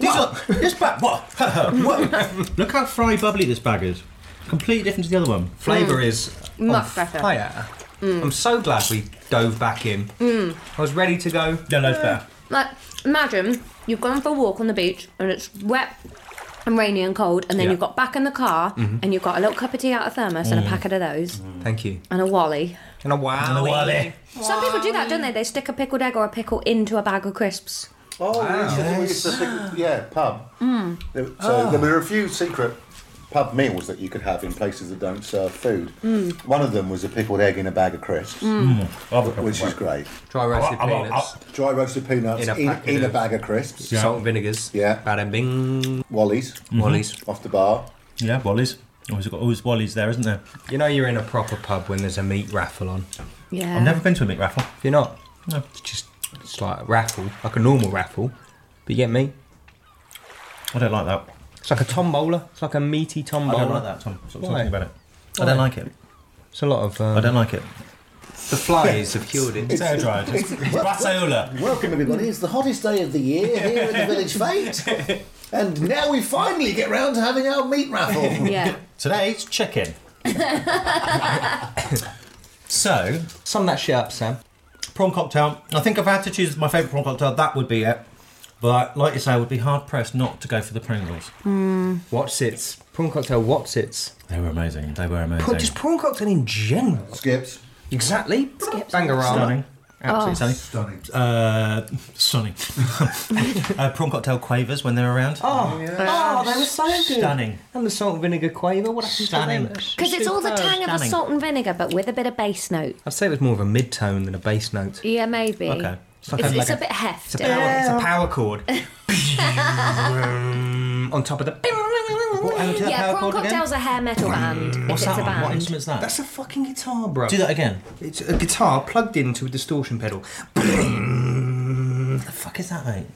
Speaker 4: these are, this bag. What?
Speaker 5: Mm.
Speaker 4: what? Look how fry bubbly this bag is. Completely different to the other one.
Speaker 3: Flavour is
Speaker 5: Mm. Much better.
Speaker 3: fire.
Speaker 5: Mm.
Speaker 3: I'm so glad we dove back in.
Speaker 5: Mm.
Speaker 3: I was ready to go.
Speaker 4: Yeah, no,
Speaker 3: better.
Speaker 5: Like, imagine you've gone for a walk on the beach and it's wet and rainy and cold, and then
Speaker 3: Yeah.
Speaker 5: you've got back in the car
Speaker 3: Mhm.
Speaker 5: and you've got a little cup of tea out of thermos and a
Speaker 3: Mm.
Speaker 5: packet of those
Speaker 3: Thank you.
Speaker 5: and a wally.
Speaker 3: And a wow.
Speaker 4: And a wally.
Speaker 5: Some people do that, don't they? They stick a pickled egg or a pickle into a bag of crisps.
Speaker 6: Oh, we used to, we used to think- yeah, pub.
Speaker 5: Mm.
Speaker 6: There, so
Speaker 5: Oh.
Speaker 6: there were a few secret pub meals that you could have in places that don't serve food.
Speaker 5: Mm.
Speaker 6: One of them was a pickled egg in a bag of crisps,
Speaker 4: Mm.
Speaker 6: which is great.
Speaker 3: Dry roasted I'm- I'm- peanuts.
Speaker 6: Dry roasted peanuts in
Speaker 3: In a
Speaker 6: a, in,
Speaker 3: packet
Speaker 6: a
Speaker 3: of
Speaker 6: bag of crisps.
Speaker 3: Salt and vinegars.
Speaker 6: Yeah.
Speaker 3: Bada bing.
Speaker 6: Wallies.
Speaker 4: Mm-hmm.
Speaker 3: Wallies.
Speaker 6: Off the bar.
Speaker 4: Yeah, Wally's. Always got always Wally's there, isn't there?
Speaker 3: You know you're in a proper pub when there's a meat raffle on.
Speaker 5: Yeah.
Speaker 4: I've never been to a meat raffle.
Speaker 3: You're not.
Speaker 4: No.
Speaker 3: It's just it's like a raffle, like a normal raffle. But you get me?
Speaker 4: I don't like that.
Speaker 3: It's like a tombola. It's like a meaty
Speaker 4: I
Speaker 3: tombola.
Speaker 4: don't like that. Tom. Stop
Speaker 3: Why?
Speaker 4: talking about it. I
Speaker 3: Why?
Speaker 4: don't like it.
Speaker 3: It's a lot of. Um,
Speaker 4: I don't like it.
Speaker 3: The flies have cured it.
Speaker 4: It's air dried. It's, it's Bassola.
Speaker 8: Welcome, everybody. It's the hottest day of the year here at the Village Fete. And now we finally get round to having our meat raffle.
Speaker 5: Yeah.
Speaker 4: Today it's chicken. so
Speaker 3: sum that shit up, Sam.
Speaker 4: Prawn cocktail. I think if I had to choose my favourite prawn cocktail, that would be it. But like you say, I would be hard pressed not to go for the Pringles.
Speaker 3: Mm. What's its prawn cocktail? What's its?
Speaker 4: They were amazing. They were amazing.
Speaker 3: Just prawn cocktail in general.
Speaker 6: Skips.
Speaker 3: Exactly. Skips.
Speaker 4: Stunning.
Speaker 3: Bangarama.
Speaker 4: Absolutely
Speaker 3: Oh.
Speaker 4: stunning. Uh, stunning. uh, prawn cocktail quavers when they're around.
Speaker 3: Oh,
Speaker 5: Yeah.
Speaker 3: oh, they were so good.
Speaker 4: Stunning.
Speaker 3: And the salt and vinegar quaver. What happened
Speaker 4: Stunning.
Speaker 3: to them?
Speaker 5: Because it's all the
Speaker 3: Superb.
Speaker 5: tang of the
Speaker 3: Stunning.
Speaker 5: salt and vinegar, but with a bit of base note.
Speaker 3: I'd say it was more of a mid tone than a bass note.
Speaker 5: Yeah, maybe.
Speaker 3: Okay.
Speaker 5: It's,
Speaker 3: It's like a-
Speaker 5: it's
Speaker 3: like
Speaker 5: a,
Speaker 3: a-
Speaker 5: bit heft.
Speaker 3: It's a power, it's a power chord. Um, on top of the.
Speaker 5: yeah, prawn cocktail's a hair metal band.
Speaker 3: What's
Speaker 5: if it's
Speaker 3: that
Speaker 5: a
Speaker 3: on? What
Speaker 5: band.
Speaker 3: instrument's that? That's a fucking guitar, bro.
Speaker 4: Do that again.
Speaker 3: It's a guitar plugged into a distortion pedal.
Speaker 4: What the fuck is that, mate?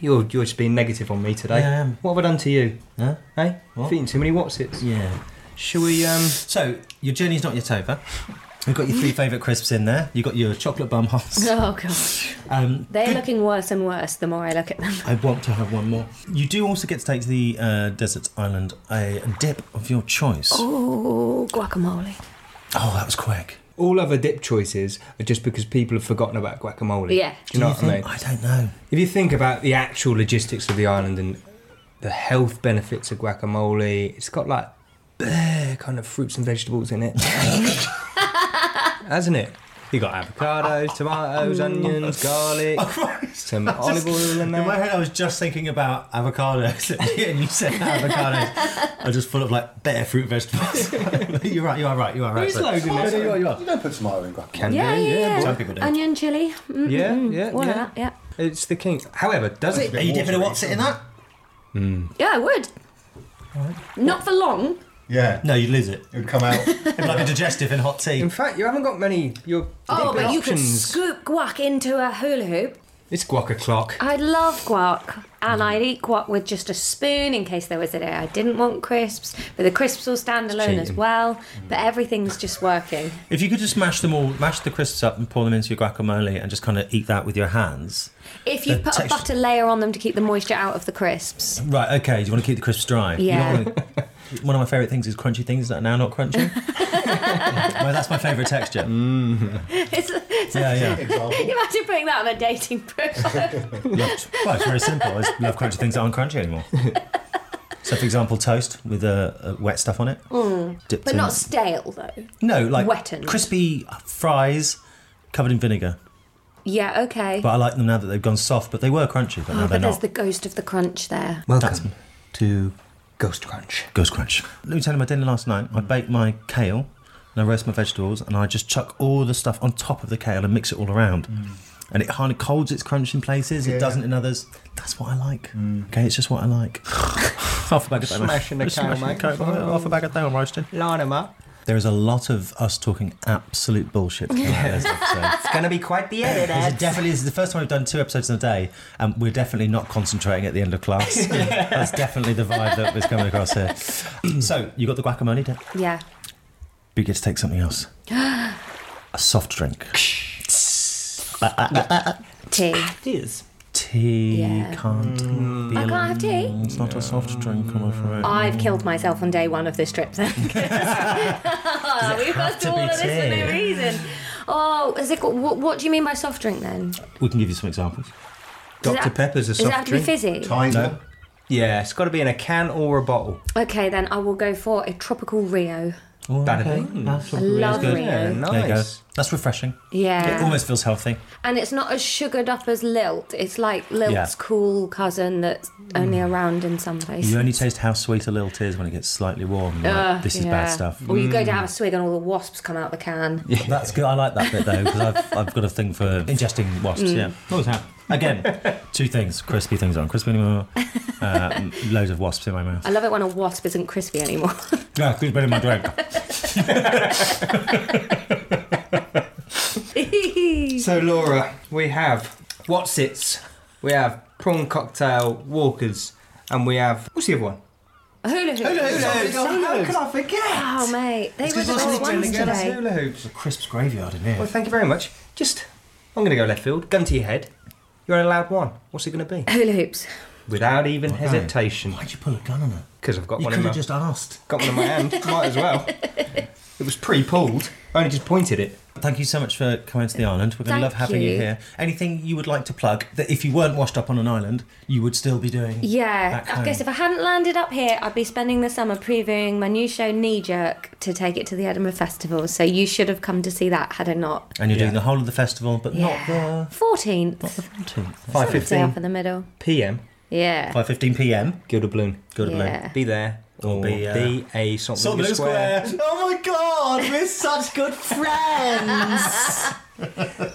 Speaker 3: You're, you're just being negative on me today.
Speaker 4: Yeah, I am.
Speaker 3: What have I done to you?
Speaker 4: Huh?
Speaker 3: Hey?
Speaker 4: What?
Speaker 3: Feeding too many Watsits.
Speaker 4: Yeah.
Speaker 3: Shall we, um.
Speaker 4: So, your journey's not yet over. You've got your three favourite crisps in there. You've got your chocolate bum hops.
Speaker 5: Oh gosh,
Speaker 4: Um,
Speaker 5: they're looking worse and worse the more I look at them.
Speaker 4: I want to have one more. You do also get to take to the uh, desert island a dip of your choice.
Speaker 5: Oh, guacamole.
Speaker 4: Oh, that was quick.
Speaker 3: All other dip choices are just because people have forgotten about guacamole.
Speaker 5: Yeah.
Speaker 3: Do you know what I mean?
Speaker 4: think? I don't know.
Speaker 3: If you think about the actual logistics of the island and the health benefits of guacamole, it's got like bleh, kind of fruits and vegetables in it, hasn't it? You got avocados, tomatoes,
Speaker 5: Mm.
Speaker 3: onions, garlic, some olive oil in
Speaker 4: In my
Speaker 3: there.
Speaker 4: head, I was just thinking about avocados, and you said avocados. I just full of like bare fruit vegetables. you're right. You are right. You are right.
Speaker 3: There's loads in
Speaker 4: Yeah,
Speaker 3: there.
Speaker 4: you are, you are.
Speaker 6: You don't put tomato in guacamole.
Speaker 3: Can
Speaker 5: Yeah,
Speaker 3: do,
Speaker 5: yeah, yeah.
Speaker 4: Some people do.
Speaker 5: Onion chili. Mm,
Speaker 3: Yeah,
Speaker 5: mm,
Speaker 3: yeah,
Speaker 5: All
Speaker 3: yeah.
Speaker 5: of that. Yeah.
Speaker 3: boy. It's the king. However, does it?
Speaker 4: Are you dipping a what's it in that?
Speaker 5: Yeah, I would. Not for long.
Speaker 6: Yeah,
Speaker 4: No, you'd lose it.
Speaker 6: it would come out.
Speaker 4: It'd be like a digestive in hot tea.
Speaker 3: In fact, you haven't got many. Your
Speaker 5: Oh, but you could
Speaker 3: options.
Speaker 5: scoop guac into a hula hoop.
Speaker 3: It's guac o'clock.
Speaker 5: I love guac,
Speaker 4: Mm.
Speaker 5: and I'd eat guac with just a spoon in case there was a day I didn't want crisps. But the crisps will stand alone as
Speaker 3: cheating.
Speaker 5: well.
Speaker 4: Mm.
Speaker 5: But everything's just working.
Speaker 4: If you could just mash them all, mash the crisps up and pour them into your guacamole, and just kind of eat that with your hands.
Speaker 5: If you
Speaker 4: The Mm.
Speaker 5: put a
Speaker 4: texture-
Speaker 5: butter layer on them to keep the moisture out of the crisps.
Speaker 4: Right. Okay. Do you want to keep the crisps dry? You
Speaker 5: Yeah.
Speaker 4: don't wanna- One of my favourite things is crunchy things that are now not crunchy. well, that's my favourite texture.
Speaker 5: It's, it's
Speaker 4: Yeah, yeah.
Speaker 5: Imagine putting that on a dating profile.
Speaker 4: Loved. Well, it's very simple. I just love crunchy things that aren't crunchy anymore. so, for example, toast with uh, uh, wet stuff on it.
Speaker 5: Mm.
Speaker 4: Dipped
Speaker 5: But
Speaker 4: in-
Speaker 5: not stale though.
Speaker 4: No, like
Speaker 5: Wettened.
Speaker 4: crispy fries covered in vinegar.
Speaker 5: Yeah, okay.
Speaker 4: But I like them now that they've gone soft, but they were crunchy, but
Speaker 5: oh,
Speaker 4: now
Speaker 5: but
Speaker 4: they're
Speaker 5: there's
Speaker 4: not.
Speaker 5: the ghost of the crunch there.
Speaker 3: Welcome to Ghost Crunch.
Speaker 4: Mm. Ghost crunch. Let me tell you my dinner last night. I baked my kale and I roast my vegetables and I just chuck all the stuff on top of the kale and mix it all around. And it kind of holds its crunch in places, it doesn't in others. That's what I like. Okay, it's just what I like. Mm. half a bag of dough.
Speaker 3: Smashing the
Speaker 4: Just
Speaker 3: kale,
Speaker 4: smashing
Speaker 3: mate. Oh.
Speaker 4: the kale. Half a bag of dough and roasting.
Speaker 3: Line 'em up.
Speaker 4: There is a lot of us talking absolute bullshit. throughout this episode.
Speaker 3: it's going to be quite the edit.
Speaker 4: This
Speaker 3: Ed.
Speaker 4: is definitely this is the first time we've done two episodes in a day, and we're definitely not concentrating at the end of class. That's definitely the vibe that was coming across here. so you got the guacamole, Dan?
Speaker 5: Yeah.
Speaker 4: but you get to take something else. A soft drink.
Speaker 5: Tea.
Speaker 3: Tears.
Speaker 4: Tea
Speaker 5: Yeah. Mm.
Speaker 4: can't be.
Speaker 5: I can't have tea. Oh.
Speaker 4: It's not a soft drink, I'm afraid.
Speaker 5: I've killed myself on day one of this trip then. we
Speaker 4: have
Speaker 5: must
Speaker 4: to
Speaker 5: all
Speaker 4: be
Speaker 5: of this for no
Speaker 4: tea?
Speaker 5: reason. Oh, is it, got- what, what do you mean by soft drink then?
Speaker 4: We can give you some examples.
Speaker 5: Does that- does that have to be fizzy?
Speaker 3: No. Yeah, it's got to be in a can or a bottle.
Speaker 5: Okay, then I will go for a tropical Rio.
Speaker 3: Bada
Speaker 4: okay.
Speaker 3: bing.
Speaker 4: That's
Speaker 5: I love
Speaker 4: good.
Speaker 5: Rio. Yeah,
Speaker 4: There you go.
Speaker 3: nice.
Speaker 4: That's refreshing.
Speaker 5: Yeah.
Speaker 4: It almost feels healthy.
Speaker 5: And it's not as sugared up as Lilt. It's like Lilt's
Speaker 4: Yeah. Mm.
Speaker 5: cool cousin that's only around in some places.
Speaker 4: You only taste how sweet a lilt is when it gets slightly warm. You're like,
Speaker 5: Ugh,
Speaker 4: this is
Speaker 5: yeah.
Speaker 4: bad stuff. Mm.
Speaker 5: Or you go to have a swig and all the wasps come out the can.
Speaker 4: Yeah. That's good. I like that bit though because I've, I've got a thing for ingesting wasps.
Speaker 5: Mm.
Speaker 4: Yeah, always have. Again, two things: crispy things aren't crispy anymore. Uh, loads of wasps in my mouth.
Speaker 5: I love it when a wasp isn't crispy anymore.
Speaker 4: Yeah, it's been in my drink.
Speaker 3: So, Laura, we have what's its, we have prawn cocktail walkers, and we have what's the other one?
Speaker 5: A hula hoop.
Speaker 3: Hula hoops. Hula hoops. How could I forget?
Speaker 5: Oh, mate. They
Speaker 3: It's
Speaker 5: were the
Speaker 3: 'cause I
Speaker 5: best
Speaker 3: was
Speaker 5: ones
Speaker 3: thinking about
Speaker 5: today.
Speaker 3: Hula hoops.
Speaker 4: Crisps graveyard in
Speaker 3: Well,
Speaker 4: here.
Speaker 3: thank you very much. Just, I'm going to go left field. Gun to your head. You're only allowed one. What's it going to be?
Speaker 5: Hula hoops.
Speaker 3: Without even
Speaker 4: Okay.
Speaker 3: hesitation. Why'd
Speaker 4: you pull a gun on her?
Speaker 3: Because I've got
Speaker 4: You
Speaker 3: one
Speaker 4: could
Speaker 3: in my
Speaker 4: have just asked.
Speaker 3: got one in my hand. Might as well. It was pre-pulled. I only just pointed it.
Speaker 4: Thank you so much for coming to the island. We're
Speaker 5: Thank
Speaker 4: going to love having you.
Speaker 5: you.
Speaker 4: here. Anything you would like to plug that if you weren't washed up on an island, you would still be doing?
Speaker 5: Yeah,
Speaker 4: back
Speaker 5: I guess if
Speaker 4: home?
Speaker 5: I hadn't landed up here, I'd be spending the summer previewing my new show Knee Jerk to take it to the Edinburgh Festival. So you should have come to see that had I not.
Speaker 4: And you're doing the whole of the festival, but not the
Speaker 5: 14th.
Speaker 4: Five
Speaker 5: Day off in the middle.
Speaker 3: p.m.
Speaker 5: Yeah.
Speaker 4: Five fifteen p.m.
Speaker 3: Gilda Balloon.
Speaker 4: Gilda
Speaker 5: Yeah.
Speaker 4: Balloon.
Speaker 3: Be there or, be,
Speaker 4: be,
Speaker 3: uh,
Speaker 4: uh,
Speaker 3: be a Salt
Speaker 4: Salt
Speaker 3: Lake
Speaker 4: Lake
Speaker 3: Square.
Speaker 8: Oh my god, we're such good friends.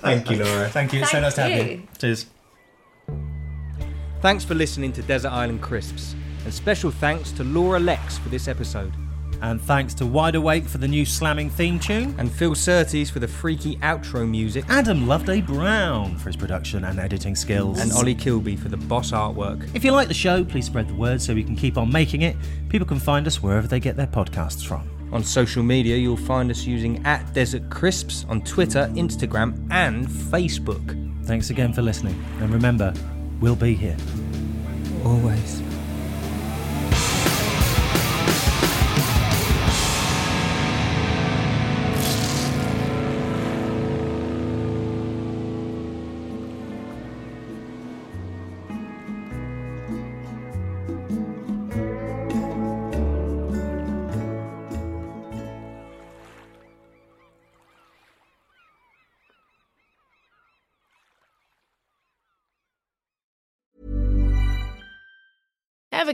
Speaker 3: Thank you, Laura.
Speaker 4: Thank you. It's so
Speaker 5: Thank
Speaker 4: nice to have you.
Speaker 5: you.
Speaker 4: Cheers.
Speaker 3: Thanks for listening to Desert Island Crisps, and special thanks to Laura Lex for this episode,
Speaker 4: And thanks to Wide Awake for the new slamming theme tune.
Speaker 3: and Phil Surtees for the freaky outro music,
Speaker 4: Adam Loveday Brown for his production and editing skills.
Speaker 3: and Ollie Kilby for the boss artwork.
Speaker 4: If you like the show, please spread the word so we can keep on making it. People can find us wherever they get their podcasts from.
Speaker 3: On social media, you'll find us using at Desert Crisps on Twitter, Instagram, and Facebook.
Speaker 4: Thanks again for listening. And remember, we'll be here.
Speaker 3: Always.
Speaker 1: Ever